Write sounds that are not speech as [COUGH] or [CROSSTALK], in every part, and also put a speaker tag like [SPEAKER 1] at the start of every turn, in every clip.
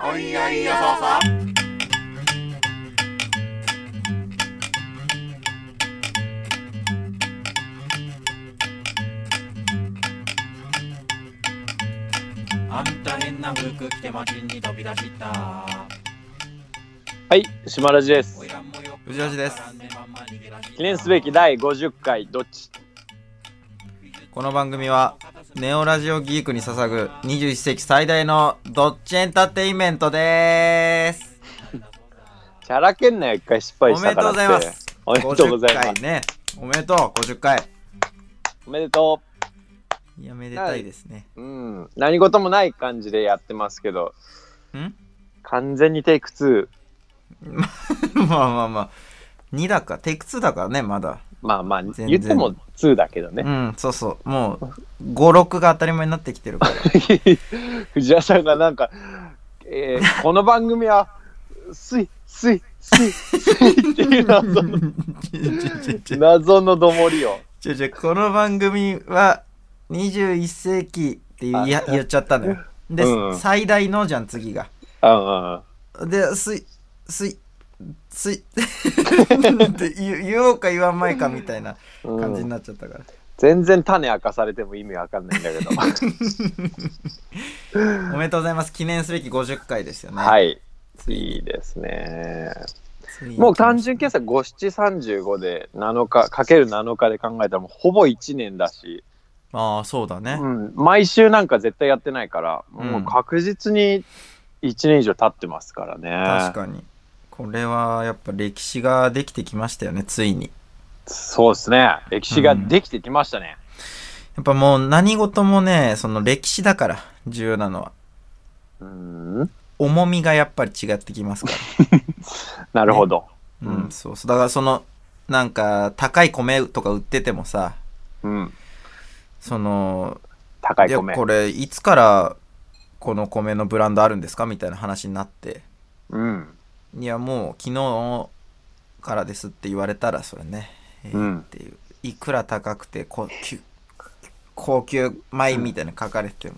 [SPEAKER 1] おいおいよそそあんた変な服着て街に飛び出した
[SPEAKER 2] はい、島ラジです。
[SPEAKER 1] 親もよ
[SPEAKER 3] 藤吉です
[SPEAKER 2] 記念すべき第50回、どっち
[SPEAKER 3] この番組はネオラジオギークに捧ぐ21世紀最大のドッジエンターテインメントでーす
[SPEAKER 2] キャラけんなよ、一回失
[SPEAKER 3] お
[SPEAKER 2] 敗
[SPEAKER 3] め
[SPEAKER 2] し
[SPEAKER 3] で
[SPEAKER 2] た
[SPEAKER 3] と
[SPEAKER 2] からって。
[SPEAKER 3] うございます
[SPEAKER 2] おめでとうございま
[SPEAKER 3] 50
[SPEAKER 2] す。
[SPEAKER 3] 回ねおめでとう50回
[SPEAKER 2] おめでと
[SPEAKER 3] いやめでたいですね
[SPEAKER 2] う。うん。何事もない感じでやってますけど、
[SPEAKER 3] ん
[SPEAKER 2] 完全にテイク2。
[SPEAKER 3] [LAUGHS] まあまあまあ2だかテイク2だからねまだ
[SPEAKER 2] まあまあ、
[SPEAKER 3] 然
[SPEAKER 2] 言っても2だけど
[SPEAKER 3] う
[SPEAKER 2] ね。
[SPEAKER 3] んそうそうもう56が当たり前になってきて
[SPEAKER 2] [LAUGHS]
[SPEAKER 3] るから
[SPEAKER 2] 藤原さんがなんか、えーこの番組は、スイ、スイ、スイ、スイっていう謎の、
[SPEAKER 3] [LAUGHS] ちょちょちょちょ
[SPEAKER 2] 謎のどもりを。
[SPEAKER 3] ちょちょ、この番組は21世紀って言いや言っちゃったのよ。で、
[SPEAKER 2] うん
[SPEAKER 3] 最大のじゃん、次が。
[SPEAKER 2] うんうんうん。
[SPEAKER 3] で、すい、すい、すい [LAUGHS] って言う言おうか言わんまいかみたいな感じになっちゃったから。
[SPEAKER 2] 全然種明かされても意味わかんないんだ
[SPEAKER 3] [LAUGHS]
[SPEAKER 2] けど。
[SPEAKER 3] おめでとうございます。記念すべき50回ですよね。。
[SPEAKER 2] はいい。いいですね。
[SPEAKER 3] ついに
[SPEAKER 2] もう単純計算5七35で7日かける7日で考えたらもうほぼ1年だし、
[SPEAKER 3] ああ、そうだね。
[SPEAKER 2] うん、毎週なんか絶対やってないから、
[SPEAKER 3] うん
[SPEAKER 2] もう確実に1年以上経ってますからね。
[SPEAKER 3] 確かに。これはやっぱ歴史ができてきましたよね、ついに。
[SPEAKER 2] そうですね。歴史ができてきましたね。
[SPEAKER 3] やっぱもう何事もね、その歴史だから、重要なのは。
[SPEAKER 2] うん、
[SPEAKER 3] 重みがやっぱり違ってきますか
[SPEAKER 2] なるほど。
[SPEAKER 3] ら。
[SPEAKER 2] うん
[SPEAKER 3] うん、そうそう。だからその、なんか、高い米とか売っててもさ、
[SPEAKER 2] うん。
[SPEAKER 3] その、
[SPEAKER 2] 高
[SPEAKER 3] い
[SPEAKER 2] い
[SPEAKER 3] や、
[SPEAKER 2] 米。
[SPEAKER 3] これ、いつから、この米のブランドあるんですかみたいな話になって、
[SPEAKER 2] うん。
[SPEAKER 3] いや、もう、昨日からですって言われたら、それね、えー
[SPEAKER 2] うん
[SPEAKER 3] っていう、いくら高くて、高級、高級米みたいなの書かれても、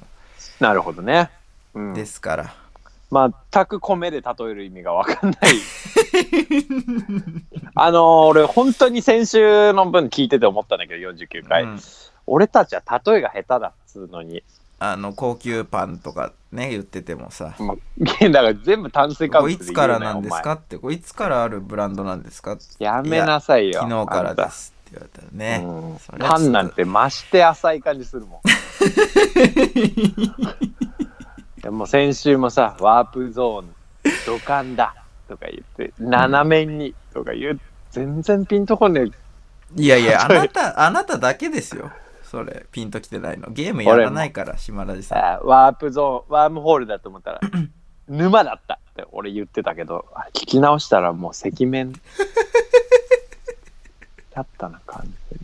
[SPEAKER 2] なるほどね。うん、
[SPEAKER 3] ですから、
[SPEAKER 2] 全く米で例える意味がわかんない。 [LAUGHS] あのー俺本当に先週の分聞いてて思ったんだけど49回、
[SPEAKER 3] うん
[SPEAKER 2] 俺たちは例えが下手だっつうのに、
[SPEAKER 3] あの、高級パンとかね、言っててもさ、
[SPEAKER 2] まあ、 [LAUGHS] だから全部炭水化
[SPEAKER 3] こ
[SPEAKER 2] 物
[SPEAKER 3] れい
[SPEAKER 2] で言
[SPEAKER 3] つ
[SPEAKER 2] う
[SPEAKER 3] から
[SPEAKER 2] な
[SPEAKER 3] な
[SPEAKER 2] よ
[SPEAKER 3] んですかって、これいつからあるブランドなんですか
[SPEAKER 2] お前やめなさいよ
[SPEAKER 3] 昨日からですって言われたら
[SPEAKER 2] あ
[SPEAKER 3] ね
[SPEAKER 2] んた、うん
[SPEAKER 3] それはちょっと
[SPEAKER 2] パンなんて増して浅い感じする
[SPEAKER 3] [LAUGHS]
[SPEAKER 2] もんいやもう先週もさワープゾーン土管だとか言って斜めにとか言う、全然ピンとこねえ
[SPEAKER 3] いや
[SPEAKER 2] [LAUGHS]
[SPEAKER 3] いや、あなた、あなただけですよ。それ、ピンときてないの。ゲームやらないから、島田さん。
[SPEAKER 2] あーワープゾーン、ワームホールだと思
[SPEAKER 3] [CLEARS THROAT]
[SPEAKER 2] ったら、沼だったって俺言ってたけど、あれ聞き直したらもう赤面だったな感じ。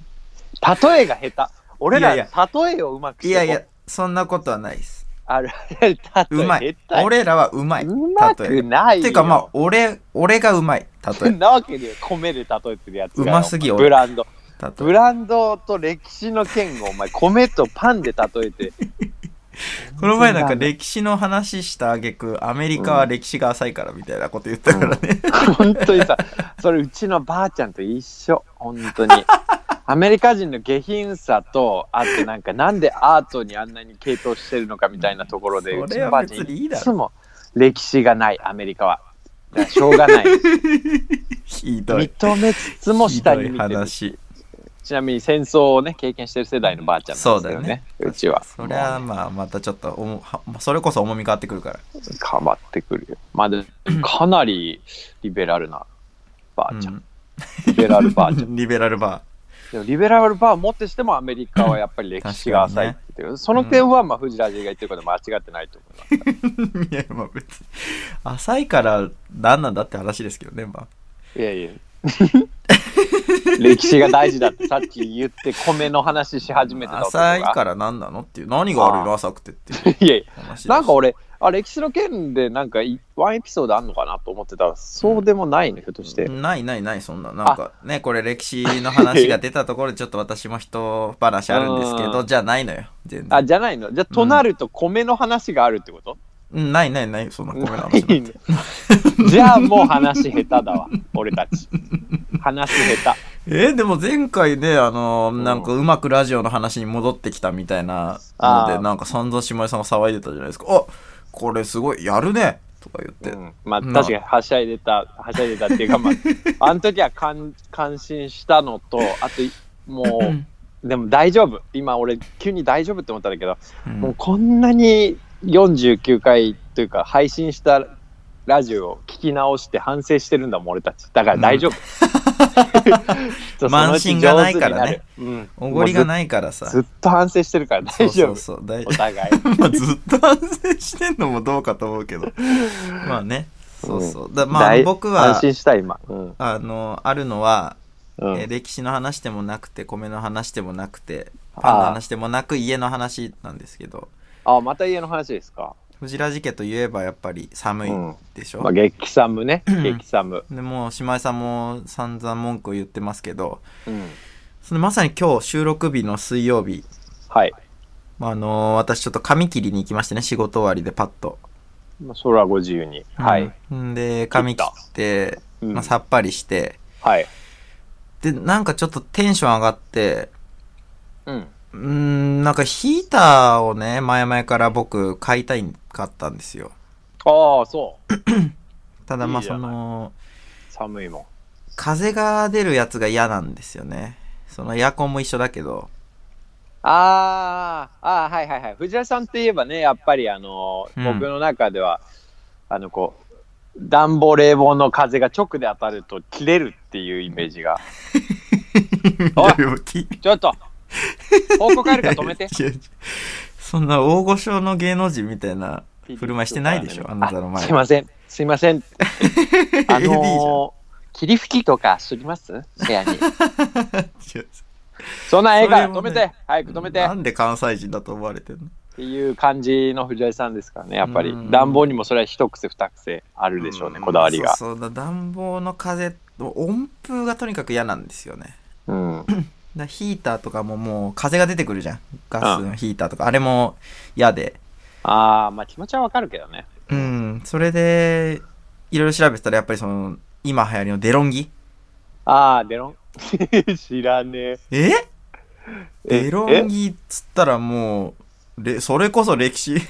[SPEAKER 2] 例えが下手。俺ら
[SPEAKER 3] いやい
[SPEAKER 2] 例えをうまく
[SPEAKER 3] いやいや、そんなことはないです。
[SPEAKER 2] ある。例
[SPEAKER 3] うま
[SPEAKER 2] え
[SPEAKER 3] い。
[SPEAKER 2] 下手。
[SPEAKER 3] 俺らはうまい。
[SPEAKER 2] うま
[SPEAKER 3] 例
[SPEAKER 2] く
[SPEAKER 3] え。
[SPEAKER 2] ないよ。
[SPEAKER 3] てかまあ、俺、俺がうまい。
[SPEAKER 2] [LAUGHS]
[SPEAKER 3] 例え。例
[SPEAKER 2] なわけで米で例えてるやつがよ
[SPEAKER 3] うますぎ俺
[SPEAKER 2] ブランド
[SPEAKER 3] え
[SPEAKER 2] ブランドと歴史の剣をお前米とパンで例えて
[SPEAKER 3] この前なんか歴史の話した挙句、アメリカは歴史が浅いからみたいなこと言ったからね。
[SPEAKER 2] [LAUGHS] 本当にさ、それうちのばあちゃんと一緒、本当に。アメリカ人の下品さと、あとなんか、なんでアートにあんなに傾倒してるのかみたいなところで、
[SPEAKER 3] そう
[SPEAKER 2] ち
[SPEAKER 3] れ
[SPEAKER 2] の
[SPEAKER 3] は
[SPEAKER 2] ばあちゃん
[SPEAKER 3] 別にいい
[SPEAKER 2] い
[SPEAKER 3] だろ
[SPEAKER 2] つも歴史がない、アメリカは。だからしょうが
[SPEAKER 3] [LAUGHS]
[SPEAKER 2] ない。
[SPEAKER 3] [LAUGHS] ひどい。
[SPEAKER 2] 認めつつも
[SPEAKER 3] ひ
[SPEAKER 2] 下
[SPEAKER 3] ど
[SPEAKER 2] に
[SPEAKER 3] い
[SPEAKER 2] 見てる。
[SPEAKER 3] 話。
[SPEAKER 2] ちなみに戦争をね、経験してる世代のばあちゃんなんですけどね、うちは。
[SPEAKER 3] そりゃまあまたちょっとおもはそれこそ重み変わってくるから
[SPEAKER 2] 変わってくるよ。まあ、でかなりリベラルなばあちゃん。リベラルばあちゃん
[SPEAKER 3] う。ん [LAUGHS] リベラルバ
[SPEAKER 2] でもリベラルバーをもってしてもアメリカはやっぱり歴史が浅いっていう、その点はまあ藤ラジが言ってることは間違ってないと思います。
[SPEAKER 3] ー [LAUGHS] いやまあ別に浅いから何なんだって話ですけどねまあ
[SPEAKER 2] いやいや。歴史が大事だってさっき言って米の話し始めてた男が
[SPEAKER 3] [LAUGHS] 浅いから何なのっていう何があるの浅くてっていう
[SPEAKER 2] いやいや
[SPEAKER 3] 話です
[SPEAKER 2] なんか俺あ歴史の件でなんかいワンエピソードあんのかなと思ってたらそうでもないねひょっとして、
[SPEAKER 3] ないないないそんななんかねこれ歴史の話が出たところでちょっと私も人話あるんですけ
[SPEAKER 2] う
[SPEAKER 3] ど
[SPEAKER 2] ん
[SPEAKER 3] じゃないのよ全然
[SPEAKER 2] あじゃないのじゃあとなると米の話があるってこと、
[SPEAKER 3] うん、ないないない、そんな米の
[SPEAKER 2] な
[SPEAKER 3] 話。
[SPEAKER 2] いねじゃあもう話下手だわ、俺たち。話下手。
[SPEAKER 3] [LAUGHS] えーでも前回ね、あのー
[SPEAKER 2] ん
[SPEAKER 3] なんかうまくラジオの話に戻ってきたみたいな
[SPEAKER 2] あ
[SPEAKER 3] の
[SPEAKER 2] ー
[SPEAKER 3] で、なんか散々島井さんが騒いでたじゃないですか。あこれすごい、やるねとか言って。
[SPEAKER 2] うん、まあ
[SPEAKER 3] ま
[SPEAKER 2] 確
[SPEAKER 3] あ
[SPEAKER 2] かにはしゃいでた、はしゃいでたっていうか、
[SPEAKER 3] [LAUGHS]
[SPEAKER 2] まあ、あの時は感感心したのと、あと、もう、でも大丈夫。今俺、急に大丈夫って思ったんだけど、
[SPEAKER 3] うん
[SPEAKER 2] もうこんなに49回というか、配信したラジオを聞き直して反省してるんだもん、俺たち。だから大丈夫。 [LAUGHS]
[SPEAKER 3] [LAUGHS]
[SPEAKER 2] そのうち上手にる
[SPEAKER 3] 慢心がないからね。
[SPEAKER 2] うん。
[SPEAKER 3] おごりが
[SPEAKER 2] い。
[SPEAKER 3] ないからさ。
[SPEAKER 2] ずっと反省してるから大丈夫。
[SPEAKER 3] そうそうそう。大
[SPEAKER 2] お互い。
[SPEAKER 3] [LAUGHS] まあずっと反省してんのもどうかと思うけど。 [LAUGHS] まあね。そうそう。だま
[SPEAKER 2] だ
[SPEAKER 3] あ
[SPEAKER 2] い
[SPEAKER 3] 僕
[SPEAKER 2] 安
[SPEAKER 3] は、
[SPEAKER 2] 心した、今。うん。
[SPEAKER 3] あの、あるのは、
[SPEAKER 2] うん
[SPEAKER 3] えー歴史の話でもなくて、米の話でもなくて、パンの話でもなく、家の話なんですけど、
[SPEAKER 2] あ、また家の話ですか。
[SPEAKER 3] 藤ラジ家といえばやっぱり寒い
[SPEAKER 2] うん
[SPEAKER 3] でしょ、
[SPEAKER 2] まあ、激寒ね。
[SPEAKER 3] ん
[SPEAKER 2] 激寒。
[SPEAKER 3] でもう姉妹さんも散々文句を言ってますけど
[SPEAKER 2] うん。
[SPEAKER 3] そのまさに今日収録日の水曜日、
[SPEAKER 2] はい。
[SPEAKER 3] まああのー私ちょっと髪切りに行きましてね仕事終わりでパッと、
[SPEAKER 2] まあ、それはご自由に。はい。
[SPEAKER 3] うんで髪切って、
[SPEAKER 2] うん
[SPEAKER 3] まあ、さっぱりして
[SPEAKER 2] はい。
[SPEAKER 3] でなんかちょっとテンション上がって
[SPEAKER 2] うん。
[SPEAKER 3] うーんなんかヒーターをね前々から僕買いたいかったんですよ
[SPEAKER 2] ああ、そう。
[SPEAKER 3] ただまあ
[SPEAKER 2] いいじゃ
[SPEAKER 3] そ
[SPEAKER 2] ない
[SPEAKER 3] の
[SPEAKER 2] 寒いもん。
[SPEAKER 3] 風が出るやつが嫌なんですよねそのエアコンも一緒だけど
[SPEAKER 2] あーあー、はいはいはい。藤原さんって言えばね、やっぱりあの、
[SPEAKER 3] うん
[SPEAKER 2] 僕の中では、あの、こう、暖房冷房の風が直で当たると切れるっていうイメージ
[SPEAKER 3] [LAUGHS]
[SPEAKER 2] が。おい
[SPEAKER 3] いやいやき
[SPEAKER 2] ちょっと方向変えるから止めて。
[SPEAKER 3] 違う違うそんな大御所の芸能人みたいな振る舞いしてないでしょあなたの前
[SPEAKER 2] すいません、すいま
[SPEAKER 3] [LAUGHS]
[SPEAKER 2] せん。あ
[SPEAKER 3] AD じゃん
[SPEAKER 2] のー、霧吹きとかすります部屋に。
[SPEAKER 3] 違う
[SPEAKER 2] そんなんええから
[SPEAKER 3] それも
[SPEAKER 2] 止
[SPEAKER 3] ね
[SPEAKER 2] めて、早く止めて
[SPEAKER 3] な
[SPEAKER 2] っ
[SPEAKER 3] んで関西人だと思われてんの
[SPEAKER 2] ていう感じの藤原さんですからね、やっぱり
[SPEAKER 3] うん。
[SPEAKER 2] 暖房にもそれは一癖二癖あるでしょうね、こだわりが。
[SPEAKER 3] そうそうだ暖房の風温風がとにかく嫌なんですよね
[SPEAKER 2] うん。
[SPEAKER 3] だヒーターとかももう風が出てくるじゃんガスのヒーターとかあれも嫌で
[SPEAKER 2] ああ、まあ気持ちはわかるけどね。
[SPEAKER 3] うんそれでいろいろ調べてたらやっぱりその今流行りのデロンギ
[SPEAKER 2] ああ、デロン。 [LAUGHS] 知らねえ。
[SPEAKER 3] えデロン
[SPEAKER 2] ギ
[SPEAKER 3] ギっつったらもうれそれこそ歴史 [LAUGHS]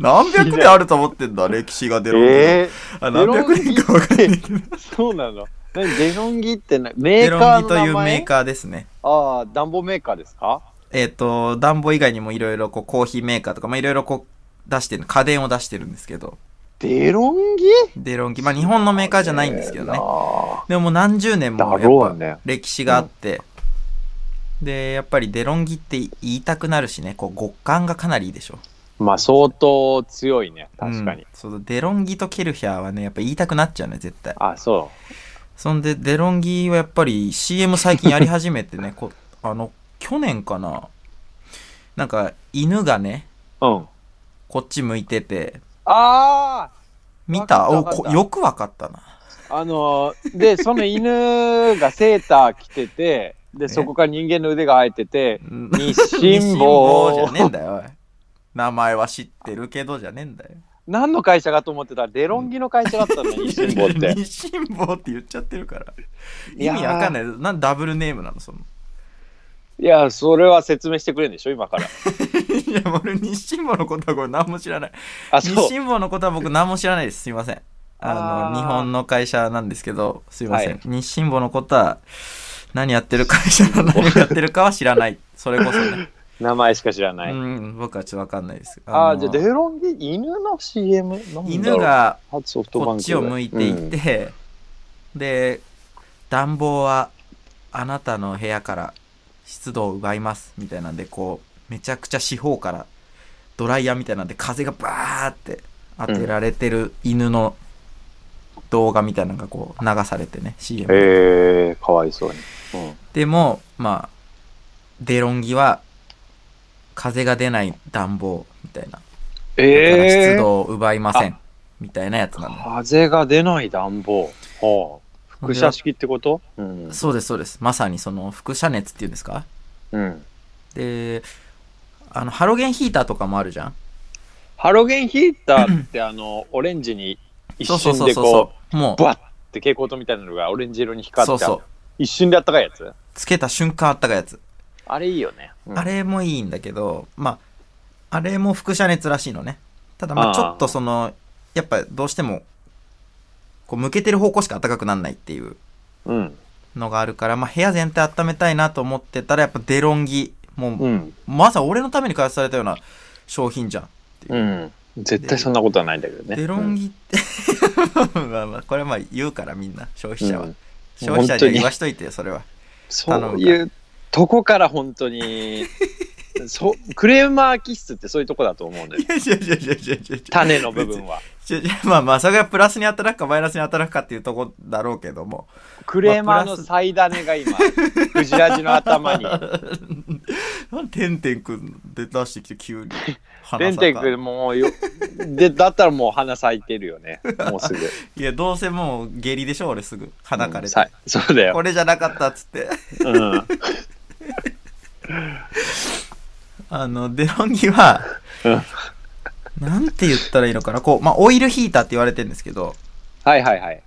[SPEAKER 3] 何百年あると思ってんだ歴史がデロンギ、
[SPEAKER 2] え
[SPEAKER 3] あ何百年か分かんないけど
[SPEAKER 2] ー、 [LAUGHS] そうなの何デロンギってなメ
[SPEAKER 3] デ
[SPEAKER 2] ー
[SPEAKER 3] ロ
[SPEAKER 2] カ
[SPEAKER 3] ン
[SPEAKER 2] ー
[SPEAKER 3] ギ
[SPEAKER 2] の
[SPEAKER 3] とい
[SPEAKER 2] 名
[SPEAKER 3] うメー
[SPEAKER 2] 前
[SPEAKER 3] カーですね
[SPEAKER 2] ああ、暖房メーカーですか
[SPEAKER 3] えっ、と暖房以外にもいろいろこうコーヒーメーカーとかまあいろいろこう出してる家電を出してるんですけど
[SPEAKER 2] デロンギ
[SPEAKER 3] デロンギまあ日本のメーカーじゃないんですけどね
[SPEAKER 2] あ
[SPEAKER 3] でももう何十年も
[SPEAKER 2] だろ
[SPEAKER 3] や
[SPEAKER 2] うね
[SPEAKER 3] っぱ歴史があって、でやっぱりデロンギって言いたくなるしねこう極寒がかなりいいでしょ
[SPEAKER 2] ーまあ相当強いね、確かに。
[SPEAKER 3] うんそうデロンギとケルヒャーはねやっぱ言いたくなっちゃうね絶対
[SPEAKER 2] あそ
[SPEAKER 3] そんでデロンギはやっぱり CM 最近やり始めて
[SPEAKER 2] [LAUGHS]
[SPEAKER 3] ねこあの去年かななんか犬がね
[SPEAKER 2] う。うん。
[SPEAKER 3] こっち向いてて
[SPEAKER 2] ああ
[SPEAKER 3] 見
[SPEAKER 2] わ
[SPEAKER 3] た
[SPEAKER 2] か
[SPEAKER 3] お
[SPEAKER 2] ったわかった
[SPEAKER 3] こよくわかったな
[SPEAKER 2] あのーで、その犬がセーター着て [LAUGHS] て、で、そこから人間の腕が生えて [LAUGHS] て、
[SPEAKER 3] [LAUGHS] うん
[SPEAKER 2] 日
[SPEAKER 3] 日
[SPEAKER 2] 清
[SPEAKER 3] 清
[SPEAKER 2] 坊
[SPEAKER 3] 坊じゃねえんだよおい名前は知ってるけどじゃねえんだよ
[SPEAKER 2] 何の会社かと思ってたら、デロンギの会社だったのね、 [LAUGHS] 日清坊って。
[SPEAKER 3] 日清坊って言っちゃってるから
[SPEAKER 2] い
[SPEAKER 3] 意
[SPEAKER 2] やー
[SPEAKER 3] 味わかんないなんダブルネームなのその [LAUGHS]
[SPEAKER 2] いや、それは説明してくれるんでしょ、今から。
[SPEAKER 3] いや俺日清坊のことはこれ何も知らない
[SPEAKER 2] あ、
[SPEAKER 3] 日
[SPEAKER 2] そう。
[SPEAKER 3] 清坊のことは僕何も知らないですすいませんあの
[SPEAKER 2] あー
[SPEAKER 3] 日本の会社なんですけどすいません、
[SPEAKER 2] はい
[SPEAKER 3] 日清坊のことは何やってる会社が何をやってるかは知らないそれこそ
[SPEAKER 2] [LAUGHS]
[SPEAKER 3] ね、
[SPEAKER 2] 名前しか知らない。
[SPEAKER 3] うん僕はちょっと分かんないです
[SPEAKER 2] ああ、
[SPEAKER 3] の
[SPEAKER 2] じゃあデロンギ、犬の CM? なんだろう
[SPEAKER 3] 犬、が
[SPEAKER 2] ソフトバ
[SPEAKER 3] こ
[SPEAKER 2] ン
[SPEAKER 3] っ
[SPEAKER 2] ク
[SPEAKER 3] ちを向いていて、で暖房はあなたの部屋から湿度を奪いますみたいなんでこうめちゃくちゃ四方からドライヤーみたいなんで風がバーって当てられてる犬の動画みたいなのがこう流されてね CM
[SPEAKER 2] うん
[SPEAKER 3] で、
[SPEAKER 2] へえー、かわいそうに。うん
[SPEAKER 3] もまあデロンギは風が出ない暖房みたいなだから
[SPEAKER 2] え
[SPEAKER 3] 湿
[SPEAKER 2] ー、
[SPEAKER 3] 度を奪いませんみたいなやつなの
[SPEAKER 2] 風が出ない暖房。はあ、
[SPEAKER 3] ほん
[SPEAKER 2] 副
[SPEAKER 3] で
[SPEAKER 2] 射式ってことうん。
[SPEAKER 3] そうですそうですまさにその輻射熱っていうんですか
[SPEAKER 2] うん。
[SPEAKER 3] であのハロゲンヒーターとかもあるじゃん
[SPEAKER 2] ハロゲンヒーターってあの、オレンジに一
[SPEAKER 3] そうそう
[SPEAKER 2] 瞬
[SPEAKER 3] そう
[SPEAKER 2] でこ
[SPEAKER 3] そう。も
[SPEAKER 2] う、ブワッて蛍光灯みたいなのがオレンジ色に
[SPEAKER 3] う、
[SPEAKER 2] 光
[SPEAKER 3] そう
[SPEAKER 2] ってある
[SPEAKER 3] そう。
[SPEAKER 2] 一瞬であったかいやつ
[SPEAKER 3] つけた瞬間あったかいやつ。
[SPEAKER 2] あれいいよね。うん
[SPEAKER 3] あれもいいんだけど、まあ、あれも輻射熱らしいのね。ただま
[SPEAKER 2] あ
[SPEAKER 3] あ
[SPEAKER 2] ー
[SPEAKER 3] ちょっとその、やっぱどうしても、こう向けてる方向しか暖かくならないっていう
[SPEAKER 2] うん。
[SPEAKER 3] のがあるから、まあ部屋全体温めたいなと思ってたら、やっぱデロンギ、もう、
[SPEAKER 2] うん。
[SPEAKER 3] まさ俺のために開発されたような商品じゃん。
[SPEAKER 2] うん。絶対そんなことはないんだけどね。
[SPEAKER 3] デロン
[SPEAKER 2] ギ
[SPEAKER 3] ギって、 [LAUGHS] まあまあ、これはまあ言うからみんな、消費者は。消費者
[SPEAKER 2] 本当
[SPEAKER 3] に
[SPEAKER 2] に
[SPEAKER 3] 言わしといてよ、それは。
[SPEAKER 2] そういうとこから本当に、 [LAUGHS] そクレーマー気質ってそういうとこだと思うんだよ
[SPEAKER 3] い。やいやいやいやいやいや
[SPEAKER 2] 種の部分は。
[SPEAKER 3] ちょちょ [LAUGHS] まあまあ、それがプラスに働くかマイナスに働くかっていうとこだろうけども。
[SPEAKER 2] クレーマーの最種が
[SPEAKER 3] [LAUGHS]
[SPEAKER 2] 今、クジラジの頭に。
[SPEAKER 3] なんでてんてんくんで出してきて急に。
[SPEAKER 2] レンテックもうよ、で、だったらもう花咲いてるよ
[SPEAKER 3] [LAUGHS]
[SPEAKER 2] ね。もうすぐ。
[SPEAKER 3] いや、どうせもう下痢でしょ、俺すぐ。鼻か
[SPEAKER 2] う
[SPEAKER 3] れ
[SPEAKER 2] ん
[SPEAKER 3] て
[SPEAKER 2] さ。そうだよ。
[SPEAKER 3] これじゃなかったっつって。
[SPEAKER 2] うん。
[SPEAKER 3] あの、デロンギは、
[SPEAKER 2] うん
[SPEAKER 3] なんて言ったらいいのかな。こう、まあ、オイルヒーターって言われてるんですけど、
[SPEAKER 2] はいはいはい。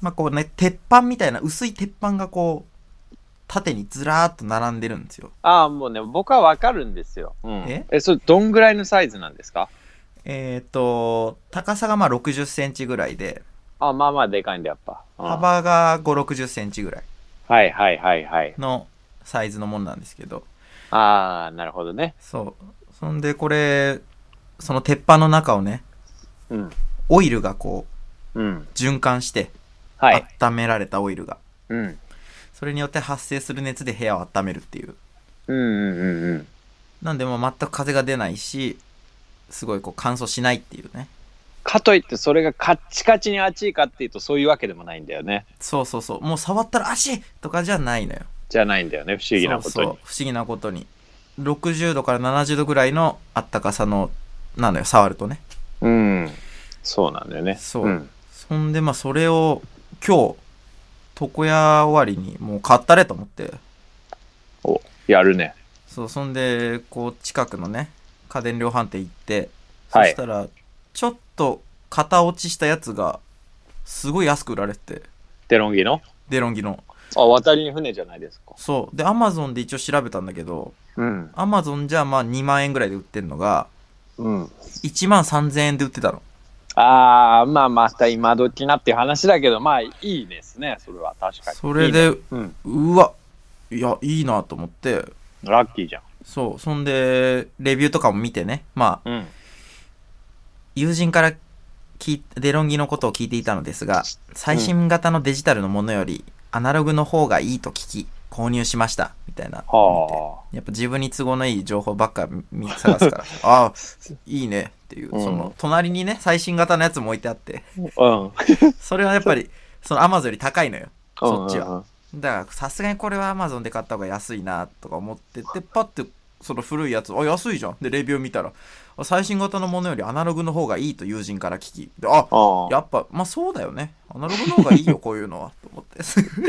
[SPEAKER 3] まあ、こうね、鉄板みたいな薄い鉄板がこう、縦にずらーっと並んでるんですよ。
[SPEAKER 2] ああ、もうね、僕はわかるんですよ。うん
[SPEAKER 3] え
[SPEAKER 2] え、それ、どんぐらいのサイズなんですか
[SPEAKER 3] えっ、と、高さがまあ60センチぐらいで、
[SPEAKER 2] あまあまあ、でかいんだ、やっぱ。うん
[SPEAKER 3] 幅が5、60センチぐらい
[SPEAKER 2] はいはいはいはい。
[SPEAKER 3] のサイズのもんなんですけど、
[SPEAKER 2] ああ、なるほどね。
[SPEAKER 3] そう。そんでこれ、その鉄板の中をね、
[SPEAKER 2] うん。
[SPEAKER 3] オイルがこ
[SPEAKER 2] うん
[SPEAKER 3] う。循環して、
[SPEAKER 2] はい。
[SPEAKER 3] 温められたオイルが、
[SPEAKER 2] うん。
[SPEAKER 3] それによって発生する熱で部屋を温めるっていう。
[SPEAKER 2] うんうんうんうん。
[SPEAKER 3] なんでもう全く風が出ないし、すごいこう乾燥しないっていうね。
[SPEAKER 2] かといって、それがカッチカチに熱いかっていうと、そういうわけでもないんだよね。
[SPEAKER 3] そうそうそう。もう触ったら足とかじゃないのよ。
[SPEAKER 2] じゃないんだよね、不思議なことに。
[SPEAKER 3] そうそう不思議なことに60度から70度ぐらいのあったかさのなのよ触るとね
[SPEAKER 2] うん。そうなんだよね。
[SPEAKER 3] そう
[SPEAKER 2] うん
[SPEAKER 3] そんでまあそれを今日床屋終わりにもう買ったれと思って
[SPEAKER 2] お、やるね。
[SPEAKER 3] そうそんでこう近くのね家電量販店行ってそ
[SPEAKER 2] はい
[SPEAKER 3] したらちょっと型落ちしたやつがすごい安く売られてて
[SPEAKER 2] デロンギの。
[SPEAKER 3] デロンギの
[SPEAKER 2] あ、渡りに船じゃないですか。
[SPEAKER 3] そうでアマゾンで一応調べたんだけど
[SPEAKER 2] うん。
[SPEAKER 3] アマゾンじゃまあ2万円ぐらいで売ってるのが
[SPEAKER 2] うん。
[SPEAKER 3] 1万3000円で売ってたの
[SPEAKER 2] ああ、まあまた今時なっていう話だけど、まあいいですね、それは確かに。
[SPEAKER 3] それ
[SPEAKER 2] いいね
[SPEAKER 3] で
[SPEAKER 2] うん。
[SPEAKER 3] うわいやいいなと思って
[SPEAKER 2] ラッキーじゃん。
[SPEAKER 3] そうそんでレビューとかも見てねまあ
[SPEAKER 2] うん。
[SPEAKER 3] 友人から聞いデロンギのことを聞いていたのですが最新型のデジタルのものよりアナログの方がいいと聞き購入しましたみたいな
[SPEAKER 2] は
[SPEAKER 3] やっぱ自分に都合のいい情報ばっか見探すから
[SPEAKER 2] [LAUGHS]
[SPEAKER 3] ああいいねっていう、
[SPEAKER 2] うん
[SPEAKER 3] その隣にね最新型のやつも置いてあって
[SPEAKER 2] あ。うん。
[SPEAKER 3] それはやっぱりそのアマゾンより高いのよそっちは
[SPEAKER 2] は。
[SPEAKER 3] だからさすがにこれは Amazon で買った方が安いなとか思っててパッてその古いやつあ安いじゃんでレビュー見たらあ最新型のものよりアナログの方がいいと友人から聞きであ
[SPEAKER 2] ああ。
[SPEAKER 3] やっぱまあそうだよねアナログの方が
[SPEAKER 2] [LAUGHS]
[SPEAKER 3] いいよこういうのはと思って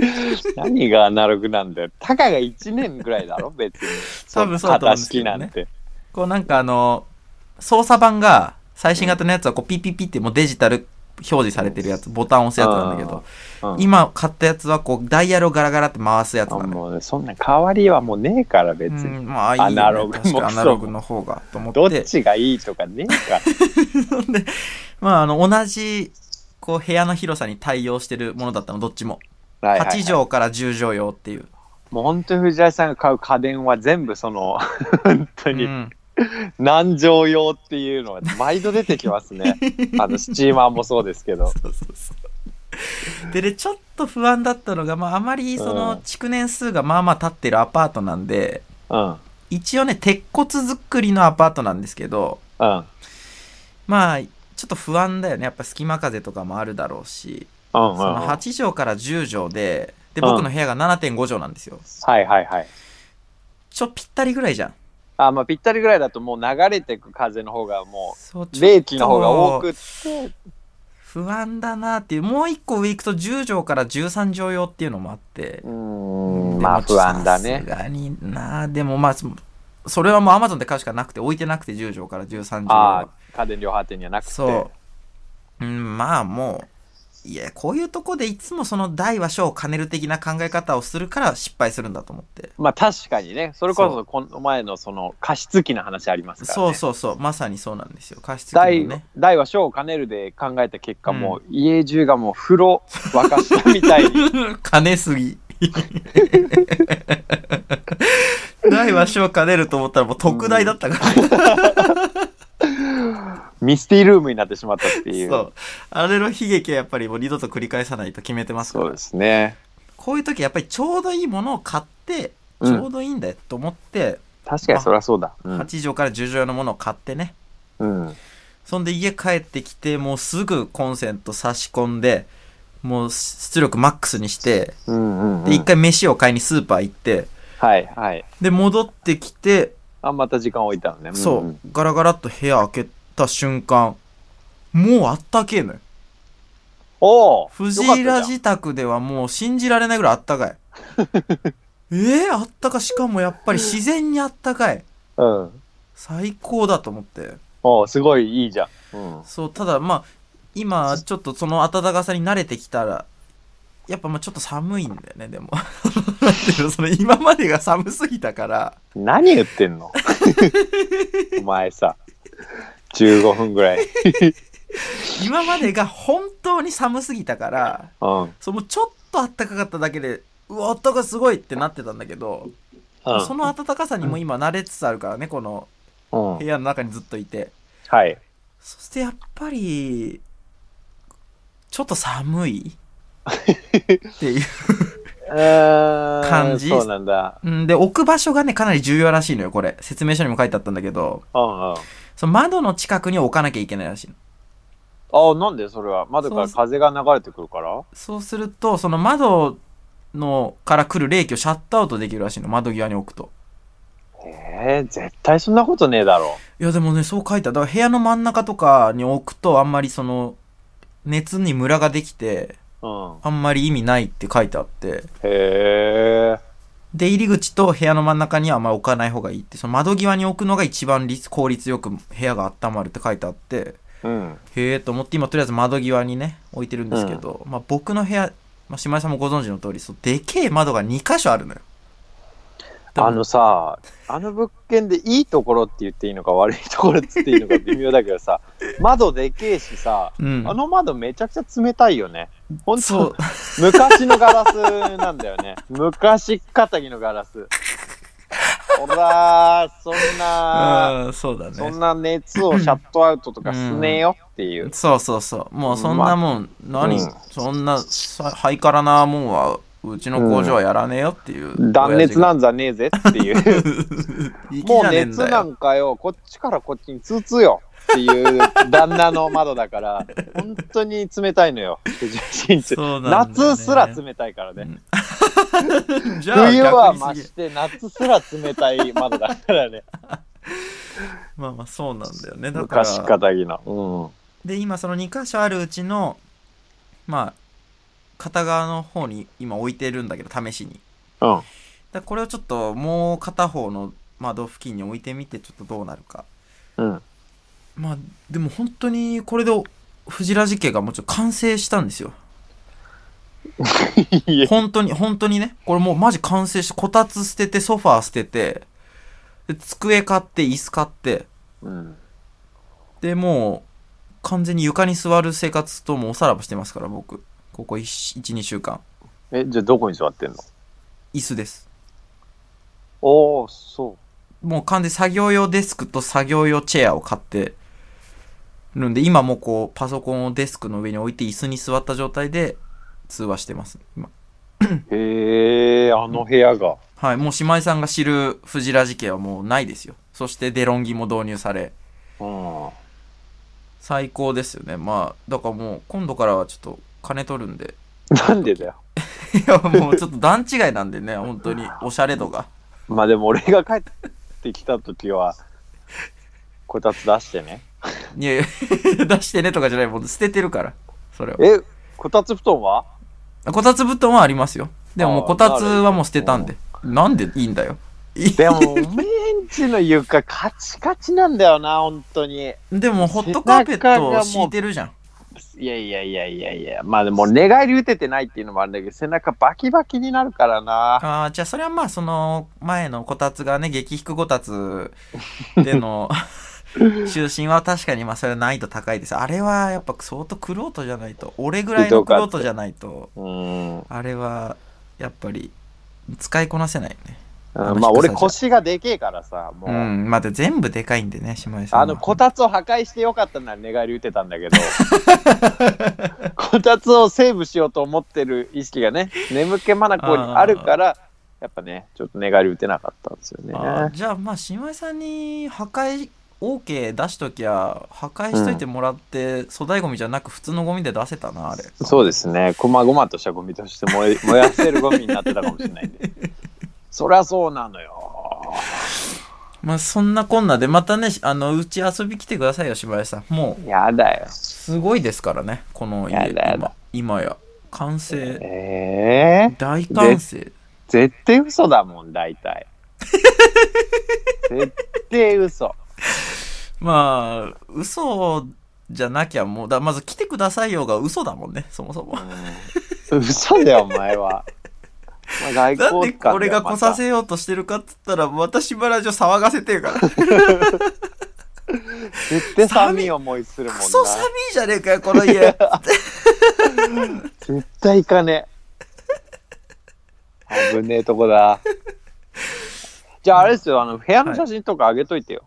[SPEAKER 3] [LAUGHS]
[SPEAKER 2] 何がアナログなんだよ。たかが1年ぐらいだろ、別に。
[SPEAKER 3] [LAUGHS] 多分そうだと思うんですけどね
[SPEAKER 2] 型式なんて。
[SPEAKER 3] こうなんかあの操作版が最新型のやつはこうピッピッピッってもうデジタル表示されてるやつボタンを押すやつなんだけど
[SPEAKER 2] うん
[SPEAKER 3] 今買ったやつはこうダイヤルをガラガラって回すやつ
[SPEAKER 2] あ
[SPEAKER 3] なのよ
[SPEAKER 2] もうね、そんな変わりはもうねえから、別
[SPEAKER 3] う
[SPEAKER 2] に。
[SPEAKER 3] んまあいいよね
[SPEAKER 2] アナログ
[SPEAKER 3] 確か
[SPEAKER 2] も
[SPEAKER 3] アナログの方がと思って
[SPEAKER 2] どっちがいいとかねえから。
[SPEAKER 3] で、まあ、あの、同じ、こう、部屋の広さに対応してるものだったの、どっちも。
[SPEAKER 2] はい
[SPEAKER 3] [LAUGHS]
[SPEAKER 2] はいはい
[SPEAKER 3] 8畳から10畳用っていう。
[SPEAKER 2] もう本当に藤井さんが買う家電は全部その [LAUGHS] 本当
[SPEAKER 3] う
[SPEAKER 2] に
[SPEAKER 3] ん
[SPEAKER 2] 何畳用っていうのが毎度出てきます
[SPEAKER 3] [LAUGHS]
[SPEAKER 2] ねあのスチーマーもそうですけど
[SPEAKER 3] そうそうそう。で、で、ちょっと不安だったのが、まあ、あまり、その
[SPEAKER 2] う、ん
[SPEAKER 3] 築年数がまあまあ経ってるアパートなんで、
[SPEAKER 2] うんうん
[SPEAKER 3] 一応ね、鉄骨造りのアパートなんですけど、
[SPEAKER 2] うん
[SPEAKER 3] まあ、ちょっと不安だよね。やっぱ隙間風とかもあるだろうし、
[SPEAKER 2] うん
[SPEAKER 3] そ
[SPEAKER 2] うん
[SPEAKER 3] の
[SPEAKER 2] はい
[SPEAKER 3] 8畳から10畳で、で、僕の部屋が7.5畳なんですよ。
[SPEAKER 2] はいはい
[SPEAKER 3] ちょ、ぴったりぐらいじゃん。
[SPEAKER 2] あまあぴったりぐらいだともう流れてく風の方がも
[SPEAKER 3] そ
[SPEAKER 2] う
[SPEAKER 3] うちょっと
[SPEAKER 2] 冷気の方が多くって
[SPEAKER 3] 不安だなっていうもう一個上行くと10畳から13畳用っていうのもあって
[SPEAKER 2] うーんまあ
[SPEAKER 3] で
[SPEAKER 2] 不
[SPEAKER 3] も
[SPEAKER 2] 安だ
[SPEAKER 3] さ
[SPEAKER 2] ね
[SPEAKER 3] すがになでもまあそそれはもう Amazon で買うしかなくて置いてなくて10畳から13畳
[SPEAKER 2] あ
[SPEAKER 3] は
[SPEAKER 2] 家電量販店にはなくて
[SPEAKER 3] そう、うん、まあもういやこういうとこでいつもその大は小を兼ねる的な考え方をするから失敗するんだと思って
[SPEAKER 2] まあ確かにねそれこ
[SPEAKER 3] そ
[SPEAKER 2] そこの前のその加湿器の話ありますから、ね、
[SPEAKER 3] そうそうそうまさにそうなんですよ加湿器
[SPEAKER 2] 大
[SPEAKER 3] もね
[SPEAKER 2] 大は小を兼ねるで考えた結果、もう家中がもう風呂沸かしたみたいに
[SPEAKER 3] [LAUGHS] 兼ねすぎ大は小を兼ねると思ったらもう特大だったから、
[SPEAKER 2] ミスティルームになってしまったっていう
[SPEAKER 3] そうあれの悲劇はやっぱりもう二度と繰り返さないと決めてますか
[SPEAKER 2] そう
[SPEAKER 3] ら
[SPEAKER 2] ですね
[SPEAKER 3] こういう時やっぱりちょうどいいものを買って
[SPEAKER 2] う
[SPEAKER 3] ち
[SPEAKER 2] ん
[SPEAKER 3] ょうどいいんだよと思って、
[SPEAKER 2] 確かにそりゃそうだうん、
[SPEAKER 3] 8畳から10畳のものを買ってね
[SPEAKER 2] うん、
[SPEAKER 3] そんで家帰ってきてもうすぐコンセント差し込んでもう出力マックスにして
[SPEAKER 2] うんうんうん
[SPEAKER 3] で一回飯を買いにスーパー行って
[SPEAKER 2] はいはい
[SPEAKER 3] で戻ってきて
[SPEAKER 2] あまた時間置いたのねん
[SPEAKER 3] そう、
[SPEAKER 2] ん
[SPEAKER 3] ガラガラっと部屋開けた瞬間もうあったけえのよ
[SPEAKER 2] おお
[SPEAKER 3] 藤井ラ自宅ではもう信じられないぐらいあったかいえー、あったかしかもやっぱり自然にあったかい
[SPEAKER 2] うん
[SPEAKER 3] 最高だと思って
[SPEAKER 2] おーすごいいいじゃん、うん、
[SPEAKER 3] そうただまあ今ちょっとその暖かさに慣れてきたらやっぱまあちょっと寒いんだよねでも [LAUGHS] なんていうのその今までが寒すぎたから
[SPEAKER 2] 何言って
[SPEAKER 3] [LAUGHS]
[SPEAKER 2] んのお前さ15分ぐらい、
[SPEAKER 3] 今までが本当に寒すぎたから
[SPEAKER 2] うんうん、
[SPEAKER 3] そのちょっと暖かかっただけでうわ暖かいすごいってなってたんだけど、その暖かさにも今慣れつつあるからねこの
[SPEAKER 2] うん
[SPEAKER 3] 部屋の中にずっといて
[SPEAKER 2] はい
[SPEAKER 3] そしてやっぱりちょっと寒いっていう
[SPEAKER 2] 感
[SPEAKER 3] じ
[SPEAKER 2] そうなんだ
[SPEAKER 3] うんで置く場所がねかなり重要らしいのよこれ説明書にも書いてあったんだけど
[SPEAKER 2] うんうん
[SPEAKER 3] その窓の近くに置かなきゃいけないらしいの
[SPEAKER 2] あなんでそれは窓から風が流れてくるから
[SPEAKER 3] そうするとその窓のから来る冷気をシャットアウトできるらしいの窓際に置くと
[SPEAKER 2] えー、絶対そんなことねえだろ
[SPEAKER 3] いやでもねそう書いてあるだから部屋の真ん中とかに置くとあんまりその熱にムラができて
[SPEAKER 2] う、うん、
[SPEAKER 3] あんまり意味ないって書いてあって
[SPEAKER 2] へえ
[SPEAKER 3] で入り口と部屋の真ん中にはあんまり置かない方がいいってその窓際に置くのが一番率効率よく部屋が温まるって書いてあって
[SPEAKER 2] うん
[SPEAKER 3] へえと思って今とりあえず窓際にね置いてるんですけど、まあ、僕の部屋、まあ、島井さんもご存知の通りそうでけえ窓が2箇所あるのよでも
[SPEAKER 2] あのさあの物件でいいところって言っていいのか悪いところって言っていいのか微妙だけど
[SPEAKER 3] [LAUGHS]
[SPEAKER 2] さ窓でけえしさ
[SPEAKER 3] うん
[SPEAKER 2] あの窓めちゃくちゃ冷たいよね本
[SPEAKER 3] そ
[SPEAKER 2] 当
[SPEAKER 3] う
[SPEAKER 2] 昔のガラスなんだよね。昔かたぎのガラス。ほらー、そんな、
[SPEAKER 3] うん [LAUGHS] そうだ
[SPEAKER 2] そん
[SPEAKER 3] ね
[SPEAKER 2] な熱をシャットアウトとかすねえよっていう。
[SPEAKER 3] そうそうそうもうそんなもん、何、
[SPEAKER 2] うん
[SPEAKER 3] そんなさハイカラなもんはうちの工場はやらねえよっていう、
[SPEAKER 2] 断熱なんざねえぜっていう。も
[SPEAKER 3] もう
[SPEAKER 2] う熱
[SPEAKER 3] 熱な
[SPEAKER 2] なんんかよ、こっちからこっちに通通よっていう旦那の窓だ
[SPEAKER 3] [LAUGHS]
[SPEAKER 2] から、本当に冷たいのよ、藤井真一
[SPEAKER 3] そうなんだよね
[SPEAKER 2] 夏すら冷たいからね。
[SPEAKER 3] じゃあ
[SPEAKER 2] 冬は
[SPEAKER 3] 逆
[SPEAKER 2] 増
[SPEAKER 3] にすげえ
[SPEAKER 2] して夏すら冷たい窓だからね。
[SPEAKER 3] まあまあそうなんだよねだから
[SPEAKER 2] 昔かたぎの。
[SPEAKER 3] で今その2箇所あるうちのまあ片側の方に今置いてるんだけど試しに
[SPEAKER 2] うん。うん。
[SPEAKER 3] だこれをちょっともう片方の窓付近に置いてみてちょっとどうなるか
[SPEAKER 2] うん。
[SPEAKER 3] まあでも本当にこれで藤ラジ家がもうちょっと完成したんですよ
[SPEAKER 2] いや
[SPEAKER 3] 本当に本当にねこれもうマジ完成してこたつ捨ててソファー捨ててで机買って椅子買って
[SPEAKER 2] うん。
[SPEAKER 3] でもう完全に床に座る生活ともうおさらばしてますから僕ここ12週間
[SPEAKER 2] え、じゃあどこに座ってんの
[SPEAKER 3] 椅子です
[SPEAKER 2] おお、そ
[SPEAKER 3] もう完全に作業用デスクと作業用チェアを買ってるんで今もうこうパソコンをデスクの上に置いて椅子に座った状態で通話してます今
[SPEAKER 2] う。へえ、あの部屋が。
[SPEAKER 3] はいもう姉妹さんが知る藤ラジ家はもうないですよそしてデロンギも導入され
[SPEAKER 2] うん。
[SPEAKER 3] 最高ですよねまあだからもう今度からはちょっと金取るんで [LAUGHS]
[SPEAKER 2] なんでだよ。
[SPEAKER 3] いやもうちょっと段違いなんでね本当におしゃれ度が
[SPEAKER 2] まあでも俺が帰ってきた時は、こたつ出してね。
[SPEAKER 3] いやい [LAUGHS] や出してねとかじゃないもう捨ててるからそれを
[SPEAKER 2] え、こたつ布団は
[SPEAKER 3] こたつ布団はありますよ。でももう
[SPEAKER 2] あー
[SPEAKER 3] こたつはもう捨てたんで。なんでいいんだよ。
[SPEAKER 2] でも、おめえンチの床カチカチなんだよな、本当に。
[SPEAKER 3] でもホットカーペットを敷いてるじゃん
[SPEAKER 2] いやいやいやいやいや、まあでも寝返り打ててないっていうのもあるんだけど、背中バキバキになるからな。
[SPEAKER 3] ああじゃあそれはまあその前のこたつがね激低こ
[SPEAKER 2] [LAUGHS]
[SPEAKER 3] たつでの [LAUGHS] 就寝は確かにまあそれは難易度高いですあれはやっぱ相当クロートじゃないと俺ぐらいのクロートじゃないと
[SPEAKER 2] うん。
[SPEAKER 3] あれはやっぱり使いこなせないよねあの
[SPEAKER 2] まあ
[SPEAKER 3] 低さじ
[SPEAKER 2] 俺
[SPEAKER 3] ゃ
[SPEAKER 2] 腰がでけえからさ、もう。
[SPEAKER 3] うんまあで全部でかいんでね姉妹さんは
[SPEAKER 2] あの、こたつを破壊してよかったなら寝返り打てたんだけ
[SPEAKER 3] [LAUGHS]
[SPEAKER 2] ど、こたつをセーブしようと思ってる意識がね、眠気まなこにあるから、やっぱね、ちょっと寝返り打てなかったんですよね。
[SPEAKER 3] あーじゃあまあ姉妹さんに破壊 OK 出しときゃ破壊しといてもらって、粗大ゴミじゃなく普通のゴミで出せたなあれ
[SPEAKER 2] そうですね、こまごまとしたゴミとして燃え [LAUGHS] 燃やせるゴミになってたかもしれないんで。そりゃそうなのよ。
[SPEAKER 3] まあそんなこんなでまたねあのうち遊び来てくださいよ姉妹さんもう
[SPEAKER 2] やだよ。
[SPEAKER 3] すごいですからねこの家
[SPEAKER 2] やだやだ
[SPEAKER 3] 今今や完成
[SPEAKER 2] ええ
[SPEAKER 3] 大完成
[SPEAKER 2] 絶対嘘だもん、大体。絶対嘘。
[SPEAKER 3] まあ嘘じゃなきゃもうだまず来てくださいよが嘘だもんねそもそも
[SPEAKER 2] うん嘘だよ、お前は。お前外
[SPEAKER 3] なんで
[SPEAKER 2] 交官だよ
[SPEAKER 3] 俺が来させようとしてるかっつったらまたしばらく騒がせて
[SPEAKER 2] [LAUGHS]
[SPEAKER 3] るから
[SPEAKER 2] また絶対寒い思いするもん
[SPEAKER 3] ク
[SPEAKER 2] な。
[SPEAKER 3] ソ寒いじゃねえかよ、こ
[SPEAKER 2] [LAUGHS]
[SPEAKER 3] の家。
[SPEAKER 2] 絶対行かねえ。危ねえとこだ。じゃああれですよ、あの部屋の写真とかあげといてよ。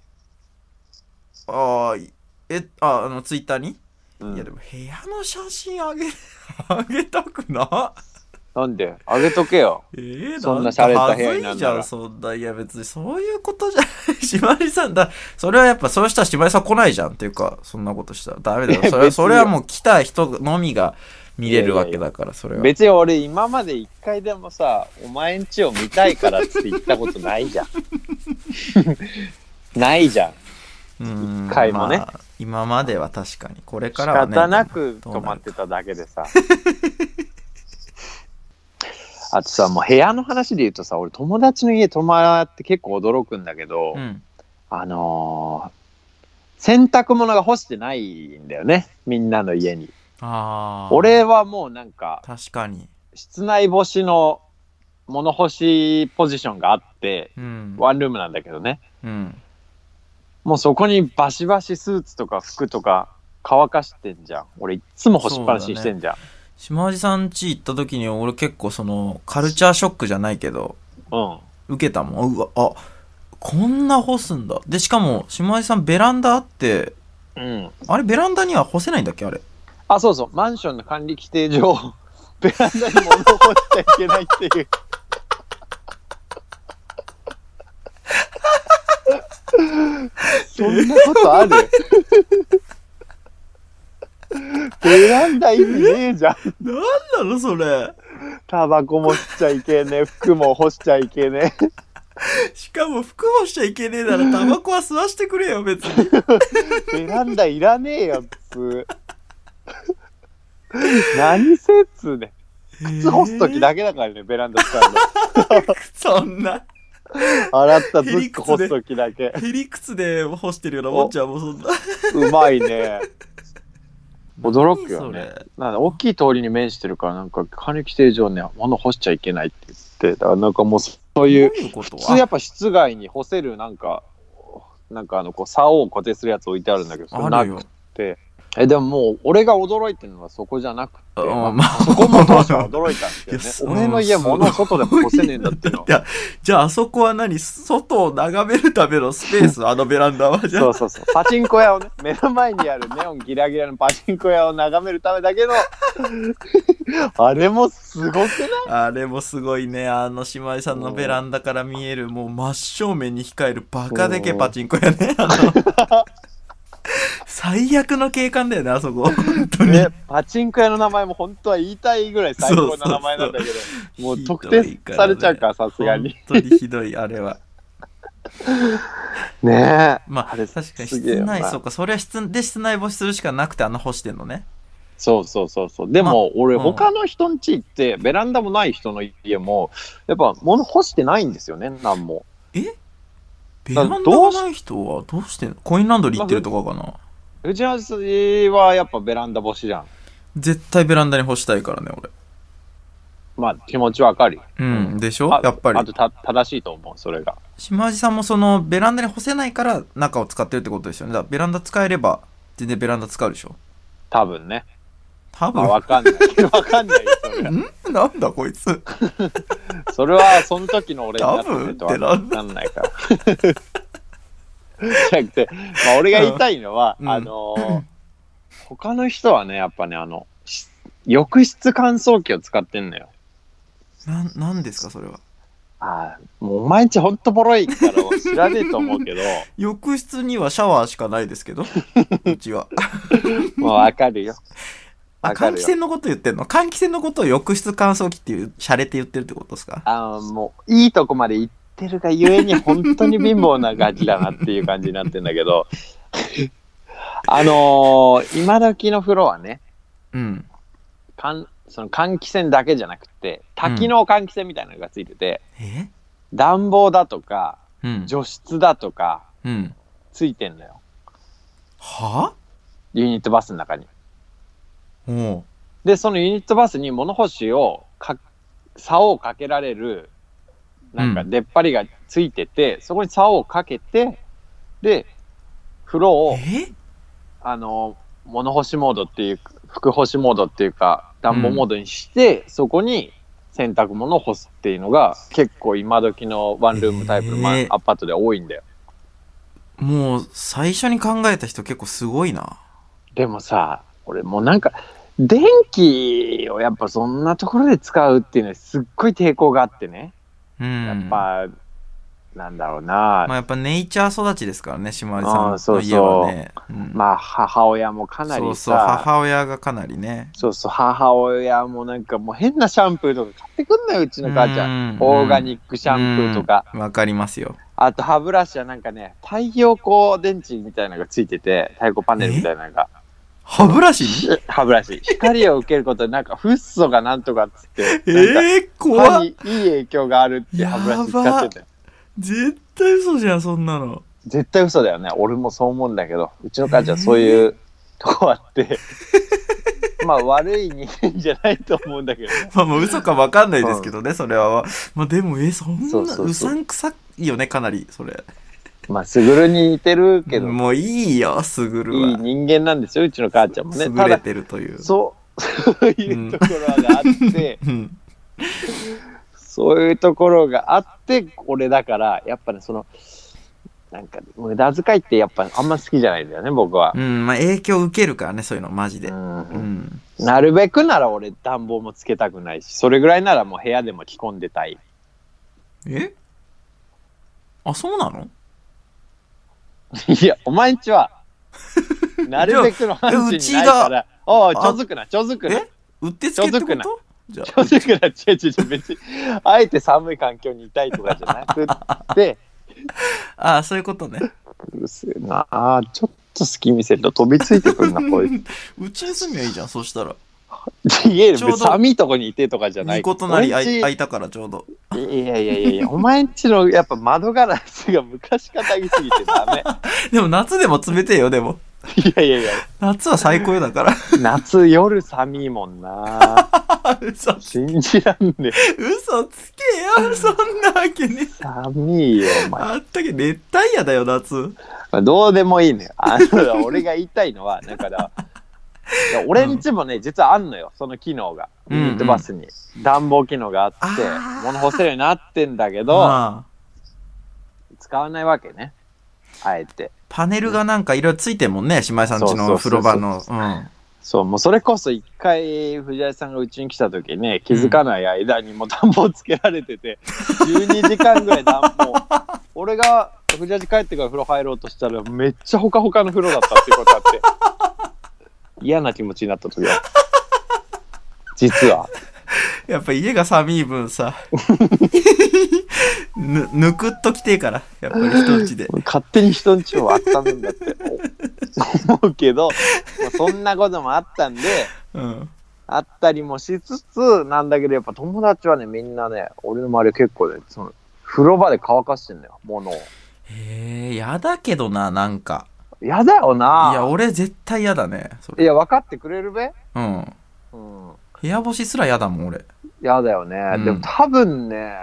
[SPEAKER 3] ああ、え、あ、あの、ツイッターに、
[SPEAKER 2] うん
[SPEAKER 3] いや、でも部屋の写真あげ、あげたくな。
[SPEAKER 2] なんであげとけよ。
[SPEAKER 3] ええ
[SPEAKER 2] そんな
[SPEAKER 3] か
[SPEAKER 2] 洒落た部屋にな
[SPEAKER 3] 恥ず
[SPEAKER 2] ん
[SPEAKER 3] いじ
[SPEAKER 2] なら
[SPEAKER 3] ゃん、そんな。いや、別にそういうことじゃない。 [LAUGHS] しばりさんだ。それはやっぱ、そうしたらしばりさん来ないじゃんっていうか、そんなことしたら。ダ
[SPEAKER 2] [LAUGHS]
[SPEAKER 3] メだよ。それ
[SPEAKER 2] 別
[SPEAKER 3] は、
[SPEAKER 2] に
[SPEAKER 3] それはもう来た人のみが見れるわけだから、それは。
[SPEAKER 2] 別に俺今まで一回でもさ、お前ん家を見たいからって言ったことないじゃん。 [LAUGHS] ないじゃん。
[SPEAKER 3] うん
[SPEAKER 2] 一回もね
[SPEAKER 3] まあ今までは確かに。これ
[SPEAKER 2] 仕
[SPEAKER 3] からはね。
[SPEAKER 2] 方なく
[SPEAKER 3] どうな
[SPEAKER 2] 止
[SPEAKER 3] る
[SPEAKER 2] まってただけで
[SPEAKER 3] [LAUGHS]
[SPEAKER 2] さ。あとさ、もう部屋の話で言うとさ、俺友達の家泊まって結構驚くんだけど、
[SPEAKER 3] うん。
[SPEAKER 2] あのー洗濯物が干してないんだよね、みんなの家に。
[SPEAKER 3] ああ。
[SPEAKER 2] 俺はもうなんか、
[SPEAKER 3] 確かに。
[SPEAKER 2] 室内干しの物干しポジションがあって、
[SPEAKER 3] うん。
[SPEAKER 2] ワンルームなんだけどね。
[SPEAKER 3] うん。
[SPEAKER 2] もうそこにバシバシスーツとか服とか乾かしてんじゃん。俺いっつも干しっぱなしにしてんじゃん。
[SPEAKER 3] 島地さん家行った時に俺結構そのカルチャーショックじゃないけど
[SPEAKER 2] うん。
[SPEAKER 3] 受けたもんうわあこんな干すんだでしかも島地さんベランダあって
[SPEAKER 2] うん。
[SPEAKER 3] あれベランダには干せないんだっけあれ
[SPEAKER 2] あ、そうそう。マンションの管理規定上、 [LAUGHS] ベランダに物を干しちゃいけないっていう。
[SPEAKER 3] [LAUGHS]
[SPEAKER 2] そんなことあるベランダ意味ねえじゃん。
[SPEAKER 3] なんなのそれ
[SPEAKER 2] タバコも吸っちゃいけ
[SPEAKER 3] [LAUGHS]
[SPEAKER 2] ねえ。服も干しちゃいけねえ。
[SPEAKER 3] しかも服干しちゃいけねえな [LAUGHS] らタバコは吸わしてくれよ別に
[SPEAKER 2] ベランダいらねえよ、普通。
[SPEAKER 3] [LAUGHS]
[SPEAKER 2] 何せっつうね。靴干すときだけだからね、ベランダ使うの。
[SPEAKER 3] そんな
[SPEAKER 2] 洗ったズック干すときだけ。
[SPEAKER 3] へりくつで干してるようなもんじゃんもうそんな
[SPEAKER 2] うまいね。驚くよ
[SPEAKER 3] 何
[SPEAKER 2] ね
[SPEAKER 3] それ。
[SPEAKER 2] なんだ大きい通りに面してるから、なんか、管理規定上ね、物干しちゃいけないって言って、だからなんかもう、そういう、
[SPEAKER 3] どういうこと
[SPEAKER 2] 普通やっぱ室外に干せる、なんか、なんかあの、こう、竿を固定するやつ置いてあるんだけど、それ
[SPEAKER 3] ああ
[SPEAKER 2] なく
[SPEAKER 3] るよ
[SPEAKER 2] て。え、でももう、俺が驚いてるのはそこじゃなくて、
[SPEAKER 3] うん
[SPEAKER 2] ま
[SPEAKER 3] ま
[SPEAKER 2] あ
[SPEAKER 3] あ
[SPEAKER 2] そこも当初は驚いたんですけ
[SPEAKER 3] いやそ
[SPEAKER 2] ど
[SPEAKER 3] う
[SPEAKER 2] ね。俺の家、物を外でも干せねえんだ
[SPEAKER 3] [LAUGHS]
[SPEAKER 2] っていうのは。
[SPEAKER 3] だってじゃああそこは何外を眺めるためのスペースあのベランダはじゃあ
[SPEAKER 2] そうそうそう。パチンコ屋をね、目の前にあるネオンギラギラのパチンコ屋を眺めるためだけの、あれもすごくない
[SPEAKER 3] あれもすごいね。あの姉妹さんのベランダから見える、もう真正面に控えるバカでけパチンコやね。あの [LAUGHS] 最悪の景観だよね、あそこ。本当に。
[SPEAKER 2] ね、パチンコ屋の名前も本当は言いたいぐらい最高な名前なんだけど、 [LAUGHS] もう特定されちゃうから、さすがに。。
[SPEAKER 3] 本当にひどい、あれは。
[SPEAKER 2] ねえ。
[SPEAKER 3] まあ、
[SPEAKER 2] あれ
[SPEAKER 3] 確かに
[SPEAKER 2] すげえ
[SPEAKER 3] 室
[SPEAKER 2] よな
[SPEAKER 3] 内、そうか、それは室で室内干しするしかなくて、あの干してんのね。
[SPEAKER 2] そうそうそうそう。で
[SPEAKER 3] まあ
[SPEAKER 2] も、俺、
[SPEAKER 3] うん
[SPEAKER 2] 他の人ん家行って、ベランダもない人の家も、やっぱ物干してないんですよね、なんも。
[SPEAKER 3] ベランダがない人はどうしてんのコインランドリー行ってるとかかな
[SPEAKER 2] 藤橋はやっぱベランダ干しじゃん。
[SPEAKER 3] 絶対ベランダに干したいからね、俺。
[SPEAKER 2] まあ気持ちわかる。
[SPEAKER 3] うん、でしょ
[SPEAKER 2] あ
[SPEAKER 3] やっぱ
[SPEAKER 2] あ
[SPEAKER 3] り
[SPEAKER 2] と。た正しいと思う、それが。
[SPEAKER 3] 島地さんもそのベランダに干せないから中を使ってるってことですよね。だからベランダ使えれば全然ベランダ使うでしょ
[SPEAKER 2] 多分ね。ま
[SPEAKER 3] 多分
[SPEAKER 2] あ、わかんない。 [LAUGHS] わかんないよそれは。
[SPEAKER 3] んなんだこいつ。
[SPEAKER 2] それは、その時の俺になってとは
[SPEAKER 3] 多分って
[SPEAKER 2] なんないから。 [LAUGHS] じゃなくて、まあ、俺が言いたいのは、
[SPEAKER 3] うん
[SPEAKER 2] あのー他の人はね、やっぱね、あの、し浴室乾燥機を使ってんのよ。
[SPEAKER 3] なん、なんですかそれは。
[SPEAKER 2] ああ、もうお前んちほんとボロいから知らねえと思うけど、
[SPEAKER 3] 浴室にはシャワーしかないで
[SPEAKER 2] [LAUGHS]
[SPEAKER 3] すけど。うちは。
[SPEAKER 2] もうわかるよ。
[SPEAKER 3] あ、
[SPEAKER 2] わかるよ
[SPEAKER 3] 換気扇のこと言ってんの換気扇のことを浴室乾燥機っていう、洒落て言ってるってことですか
[SPEAKER 2] あのもう、いいとこまで行ってるがゆえに、本当に貧乏なガキだなっていう感じになってんだけど、 [LAUGHS] あのー今時の風呂はね、
[SPEAKER 3] うん。
[SPEAKER 2] かんその換気扇だけじゃなくて多機能換気扇みたいなのがついてて、
[SPEAKER 3] え
[SPEAKER 2] 暖房だとか
[SPEAKER 3] うん。
[SPEAKER 2] 除湿だとか
[SPEAKER 3] うん。
[SPEAKER 2] ついてんのよ
[SPEAKER 3] は
[SPEAKER 2] ユニットバスの中に
[SPEAKER 3] ぁおう。
[SPEAKER 2] でそのユニットバスに物干しをか竿をかけられるなんか
[SPEAKER 3] うん
[SPEAKER 2] 出っ張りがついてて、そこに竿をかけてで風呂を
[SPEAKER 3] え
[SPEAKER 2] あの物干しモードっていう服干しモードっていうか暖房モードにして、そこに洗濯物を干すっていうのが結構今時のワンルームタイプの、まあ
[SPEAKER 3] えー
[SPEAKER 2] アパートで多いんだよ
[SPEAKER 3] もう、最初に考えた人結構すごいな。
[SPEAKER 2] でもさ俺もうなんか電気をやっぱそんなところで使うっていうのはすっごい抵抗があってね、
[SPEAKER 3] うん。
[SPEAKER 2] やっぱなんだろうな、
[SPEAKER 3] まあやっぱネイチャー育ちですからね、島地
[SPEAKER 2] あー
[SPEAKER 3] さん
[SPEAKER 2] そ
[SPEAKER 3] の
[SPEAKER 2] うそう
[SPEAKER 3] 家はね。うん
[SPEAKER 2] まあ母親もかなりさ
[SPEAKER 3] そうそう、母親がかなりね。
[SPEAKER 2] そうそう母親もなんかもう変なシャンプーとか買ってくんなようちの母ちゃん
[SPEAKER 3] う
[SPEAKER 2] オーガニックシャンプーとか、
[SPEAKER 3] うんわかりますよ。
[SPEAKER 2] あと歯ブラシはなんかね、太陽光電池みたいなのがついてて、太陽光パネルみたいなのが、
[SPEAKER 3] 歯ブラシ
[SPEAKER 2] [LAUGHS]
[SPEAKER 3] に
[SPEAKER 2] え歯ブラシ。光を受けることで、なんか、フッ素がなんとかっつって、なんか
[SPEAKER 3] えー、
[SPEAKER 2] 歯
[SPEAKER 3] 怖っ
[SPEAKER 2] にいい影響があるって歯ブラシ使ってて。
[SPEAKER 3] 絶対嘘じゃん、そんなの。
[SPEAKER 2] 絶対嘘だよね。俺もそう思うんだけど、うちの母ちゃんそういうとこあって、 [LAUGHS] まあ悪い人間じゃないと思うんだけどね。
[SPEAKER 3] まあもう嘘かわかんないですけどね、それは。まあでも、えー、そんな
[SPEAKER 2] そうそうそう
[SPEAKER 3] うさんくさいよね、かなり、それ。
[SPEAKER 2] まあ、すぐるに似てるけど、い
[SPEAKER 3] もういいよ、すぐるは。
[SPEAKER 2] い人間なんですよ、うちの母ちゃんもね。
[SPEAKER 3] 優
[SPEAKER 2] た
[SPEAKER 3] れ
[SPEAKER 2] だ、
[SPEAKER 3] てるという。
[SPEAKER 2] そう、そういうところがあって、
[SPEAKER 3] うん。
[SPEAKER 2] [LAUGHS] そういうところがあって、俺だから、やっぱね、その、なんか、無駄遣いってやっぱあんま好きじゃないんだよね、僕は
[SPEAKER 3] う。ん、まあ影響受けるからね、そういうの、マジで。う
[SPEAKER 2] うん
[SPEAKER 3] ん。
[SPEAKER 2] なるべくなら俺暖房もつけたくないし、それぐらいならもう部屋でも着込んでたい。
[SPEAKER 3] えあ、そうなの
[SPEAKER 2] いや、お前んちは、なるべくの範疇にないから、おう、ちょづくな、ちょづくな
[SPEAKER 3] え。うってつけっ
[SPEAKER 2] ちょ
[SPEAKER 3] て
[SPEAKER 2] づく
[SPEAKER 3] こ
[SPEAKER 2] な
[SPEAKER 3] とじゃ
[SPEAKER 2] ちょづくな、違う違う違う、別に、あえて寒い環境にいたいとかじゃな
[SPEAKER 3] [LAUGHS]
[SPEAKER 2] くて、
[SPEAKER 3] あ、あーそういうことね。
[SPEAKER 2] うるせえなあー、ちょっと隙見せると飛びついてくるな、こいつ。
[SPEAKER 3] うちに住みゃいいじゃん、そしたら。
[SPEAKER 2] 家
[SPEAKER 3] ちょうど
[SPEAKER 2] で寒いとこにいてとかじゃない
[SPEAKER 3] いいことなり
[SPEAKER 2] 俺ん
[SPEAKER 3] 開
[SPEAKER 2] ち
[SPEAKER 3] い開いたからちょうど。
[SPEAKER 2] いやいやいやいや、お前んちのやっぱ窓ガラスが昔かたぎすぎてダメ。
[SPEAKER 3] でも夏でも冷てえよ、でも。 [LAUGHS]
[SPEAKER 2] いやいやいや、
[SPEAKER 3] 夏は最高よだから。
[SPEAKER 2] 夏夜寒いもんな。
[SPEAKER 3] 嘘
[SPEAKER 2] 信じらんねえ。
[SPEAKER 3] 嘘つけよ、そんなわけねえ。
[SPEAKER 2] 寒いよ、お前。
[SPEAKER 3] あったけ、熱帯夜だよ、夏。
[SPEAKER 2] まあどうでもいいのよ。あ
[SPEAKER 3] [LAUGHS]
[SPEAKER 2] の、俺が言いたいのは、だから、いや俺んちもね、実はあんのよ、その機能が。
[SPEAKER 3] うん
[SPEAKER 2] ユ
[SPEAKER 3] うん
[SPEAKER 2] ニットバスに。暖房機能があ
[SPEAKER 3] あ
[SPEAKER 2] って
[SPEAKER 3] ー、
[SPEAKER 2] 物干せるようになってんだけど、
[SPEAKER 3] まあ、
[SPEAKER 2] 使わないわけね。あえて。
[SPEAKER 3] パネルがなんかいろいろついてんもんね、姉妹さんちの風呂場の。うん。
[SPEAKER 2] そう、もうそれこそ一回、藤井さんがうちに来た時ね、気づかない間にもう暖房つけられてて、12時間ぐらい暖房。俺が藤井帰ってから風呂入ろうとしたら、めっちゃほかほかの風呂だったっていうことあって、嫌な気持ちになった時は。実は。
[SPEAKER 3] やっぱ家が寒い
[SPEAKER 2] [LAUGHS]
[SPEAKER 3] 分さ。ぬ、ぬくっときてえから、やっぱり人んちで。
[SPEAKER 2] 勝手に人んちを温めんだって思うけど、もうそんなこともあったんで、
[SPEAKER 3] うん。
[SPEAKER 2] あったりもしつつなんだけどやっぱ友達はねみんなね俺の周りは結構ねその風呂場で乾かしてんだよ物を
[SPEAKER 3] へえ、やだけどな、なんか。
[SPEAKER 2] やだよ
[SPEAKER 3] いや、
[SPEAKER 2] な
[SPEAKER 3] 俺絶対やだね。そ
[SPEAKER 2] い
[SPEAKER 3] れ。
[SPEAKER 2] や、分かってくれるべ
[SPEAKER 3] うん。
[SPEAKER 2] うん。
[SPEAKER 3] 部屋干しすらやだもん、俺。
[SPEAKER 2] やだよね。
[SPEAKER 3] うん
[SPEAKER 2] でも多分ね、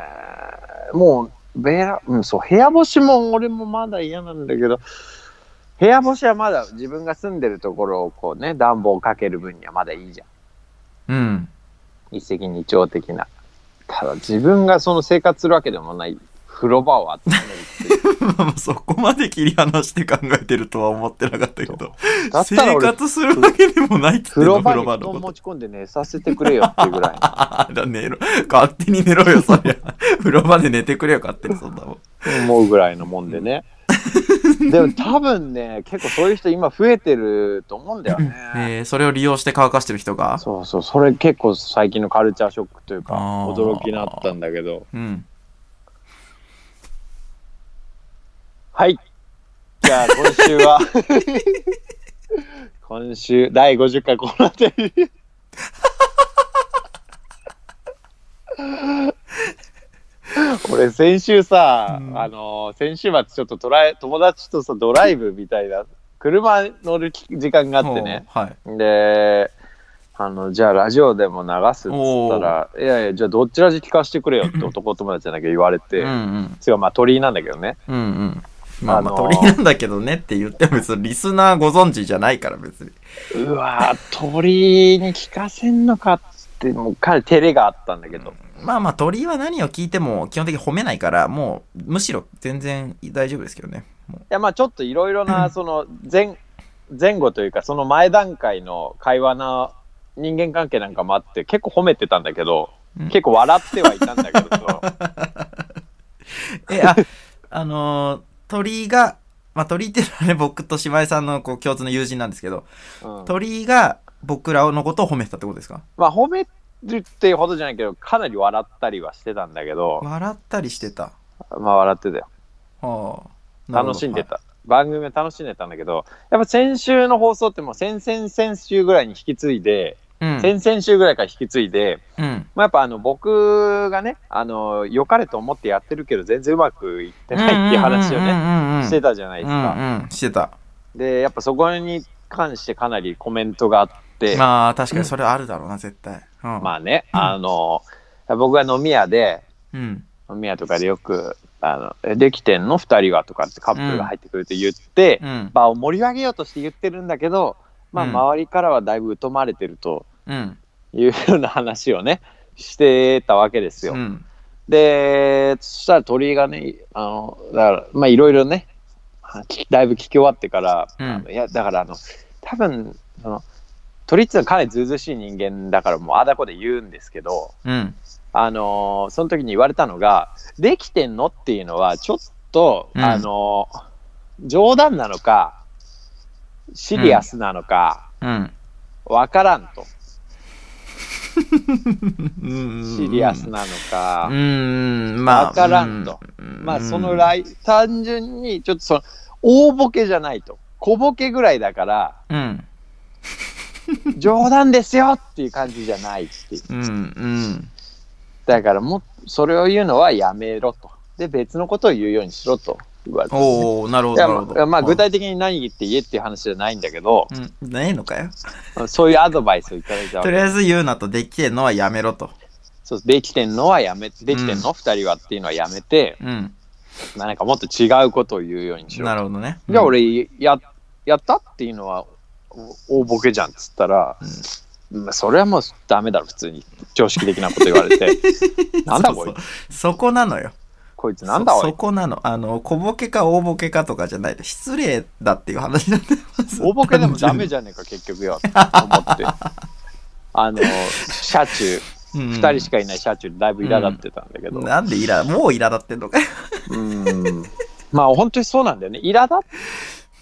[SPEAKER 2] もう、部屋、うん、そう、部屋干しも俺もまだ嫌なんだけど、部屋干しはまだ自分が住んでるところをこうね、暖房かける分にはまだいいじゃ
[SPEAKER 3] うん。
[SPEAKER 2] ん。一石二鳥的な。ただ自分がその生活するわけでもない風呂場を集めるっていう。
[SPEAKER 3] [LAUGHS] まあそこまで切り離して考えてるとは思ってなかったけど。
[SPEAKER 2] だったら
[SPEAKER 3] 生
[SPEAKER 2] 俺、
[SPEAKER 3] 活するわけでもないって言っ
[SPEAKER 2] 風
[SPEAKER 3] て
[SPEAKER 2] 呂場
[SPEAKER 3] んの風
[SPEAKER 2] に
[SPEAKER 3] 呂
[SPEAKER 2] 布
[SPEAKER 3] 場
[SPEAKER 2] 団
[SPEAKER 3] のこ
[SPEAKER 2] 持
[SPEAKER 3] と。
[SPEAKER 2] ち込んで寝させてくれよっていうぐらい。
[SPEAKER 3] ああ、だ、寝ろ。勝手に寝ろよ、そり [LAUGHS] ゃ。風呂場で寝てくれよ、勝手に、そんなもん。
[SPEAKER 2] 思うぐらいのもんでね。でも多分ね、結構そういう人今増えてると思うんだよね。
[SPEAKER 3] [LAUGHS] えー、それを利用して乾かしてる人が。
[SPEAKER 2] そうそう、それ結構最近のカルチャーショックというか、
[SPEAKER 3] あー
[SPEAKER 2] 驚きになったんだけど。
[SPEAKER 3] うん。
[SPEAKER 2] はい。じゃあ今週
[SPEAKER 3] [LAUGHS]
[SPEAKER 2] は、今週、第50回この辺り。俺先週さ、
[SPEAKER 3] うん
[SPEAKER 2] あの先週末ちょっとトライ友達とさドライブみたいな車乗る時間があってね
[SPEAKER 3] ほう。はい。
[SPEAKER 2] であのじゃあラジオでも流すっつったら「いやいやじゃあどっちらじ聞かせてくれよ」って男友達なんだけど言われて、
[SPEAKER 3] うんうん。
[SPEAKER 2] つうかまあ鳥居なんだけどね
[SPEAKER 3] うんうん。まあまあ、
[SPEAKER 2] あのー
[SPEAKER 3] 鳥なんだけどねって言っても別にリスナーご存知じゃないから別に。
[SPEAKER 2] うわー鳥居に聞かせんのかっつってもう彼照れがあったんだけど、
[SPEAKER 3] まあまあ、鳥居は何を聞いても基本的に褒めないから、もう、むしろ全然大丈夫ですけど
[SPEAKER 2] [LAUGHS]
[SPEAKER 3] ね。も
[SPEAKER 2] いやまあちょっといろいろなその前前後というかその前段階の会話の人間関係なんかもあって結構褒めてたんだけど、
[SPEAKER 3] うん
[SPEAKER 2] 結構笑ってはいたんだけ
[SPEAKER 3] [LAUGHS]
[SPEAKER 2] ど
[SPEAKER 3] うえ、あ、あのー鳥居が、まあ鳥居っていうのはね、僕と姉妹さんのこう共通の友人なんですけど、
[SPEAKER 2] うん
[SPEAKER 3] 鳥居が僕らのことを褒めてたってことですか
[SPEAKER 2] まあ褒めるっていうほどじゃないけどかなり笑ったりはしてたんだけど
[SPEAKER 3] 笑ったりしてた。
[SPEAKER 2] まあ笑ってたよ
[SPEAKER 3] はあ。なるほど
[SPEAKER 2] 楽しんで。た、番組は楽しんでたんだけどやっぱ先週の放送ってもう先々先週ぐらいに引き継いで、
[SPEAKER 3] はいうん。
[SPEAKER 2] 先々週ぐらいから引き継いで、
[SPEAKER 3] うん。
[SPEAKER 2] まあ、やっぱあの僕がねあの良かれと思ってやってるけど全然うまくいってないっていう話を
[SPEAKER 3] うん
[SPEAKER 2] ね
[SPEAKER 3] うんうんうん
[SPEAKER 2] してたじゃないです
[SPEAKER 3] う
[SPEAKER 2] か、
[SPEAKER 3] んうん、してた。
[SPEAKER 2] でやっぱそこに関してかなりコメントがあってま
[SPEAKER 3] まあ、確かにそれはあるだろうな、絶対。うん。
[SPEAKER 2] あ、ねあの僕が飲み屋で
[SPEAKER 3] うん。
[SPEAKER 2] 飲み屋とかでよく「あのえできてんの2人は」とかってカップルが入ってくると言って、
[SPEAKER 3] うん。
[SPEAKER 2] 場を盛り上げようとして言ってるんだけど、まあ、
[SPEAKER 3] うん
[SPEAKER 2] 周りからはだいぶ疎まれてると
[SPEAKER 3] うん。
[SPEAKER 2] いうような話をねしてたわけですよ。
[SPEAKER 3] うん。
[SPEAKER 2] でそしたら鳥居がねあのだからまあいろいろねきだいぶ聞き終わってから、
[SPEAKER 3] うん
[SPEAKER 2] あのいやだからあの多分その鳥居っていうのはかなりずうずうしい人間だからもうあだこで言うんですけど、
[SPEAKER 3] うん。
[SPEAKER 2] あのーその時に言われたのが「できてんの?」っていうのはちょっと、
[SPEAKER 3] うん
[SPEAKER 2] あのー冗談なのかシリアスなのか
[SPEAKER 3] うん。
[SPEAKER 2] わからんと、シ
[SPEAKER 3] シ
[SPEAKER 2] リアス。なのか
[SPEAKER 3] う、ん、まあ。
[SPEAKER 2] わからんと
[SPEAKER 3] うん。
[SPEAKER 2] まあその
[SPEAKER 3] ライ
[SPEAKER 2] 来単純にちょっとその大ボケじゃないと小ボケぐらいだから
[SPEAKER 3] [LAUGHS] うん。
[SPEAKER 2] 冗談ですよっていう感じじゃないっていう
[SPEAKER 3] うん。うん。
[SPEAKER 2] だからもうそれを言うのはやめろとで別のことを言うようにしろと言われて、
[SPEAKER 3] おおなるほ
[SPEAKER 2] い
[SPEAKER 3] ど。
[SPEAKER 2] や
[SPEAKER 3] なる
[SPEAKER 2] ま
[SPEAKER 3] ほ
[SPEAKER 2] あ、
[SPEAKER 3] ど。
[SPEAKER 2] まあ具体的に何言って言えっていう話じゃないんだけど、
[SPEAKER 3] うん。うん。ねえのかよ。
[SPEAKER 2] そういうアドバイスをいただいたわ
[SPEAKER 3] と
[SPEAKER 2] け
[SPEAKER 3] りあえず言うなと、できてんのはやめろと。
[SPEAKER 2] そうできてんのはやめできてんの、
[SPEAKER 3] う
[SPEAKER 2] 二人はっていうのはやめて、
[SPEAKER 3] うん。
[SPEAKER 2] まあ、なんかもっと違うことを言うようにしろ
[SPEAKER 3] なるほどね。
[SPEAKER 2] じゃあ
[SPEAKER 3] うん。
[SPEAKER 2] 俺ややったっていうのはお大ボケじゃんっつったら、まあ、それはもうダメだろ普通に常識的なこと言わ
[SPEAKER 3] [LAUGHS]
[SPEAKER 2] れてなんだ
[SPEAKER 3] そ
[SPEAKER 2] こ
[SPEAKER 3] う
[SPEAKER 2] いつ
[SPEAKER 3] そうそこなのよ。
[SPEAKER 2] こいつなんだ
[SPEAKER 3] そ
[SPEAKER 2] お
[SPEAKER 3] そ
[SPEAKER 2] い
[SPEAKER 3] こなの。あの、小ボケか大ボケかとかじゃない。失礼だっていう話なんだよ。
[SPEAKER 2] 大ボケでもダメじゃねえか結局よと思
[SPEAKER 3] [LAUGHS]
[SPEAKER 2] ってあの車中
[SPEAKER 3] うん。
[SPEAKER 2] 二人しかいない車中でだいぶ苛立ってたんだけど、
[SPEAKER 3] なんでイラ、もう苛立ってんのかよ。
[SPEAKER 2] うんまあ本当にそうなんだよね。苛立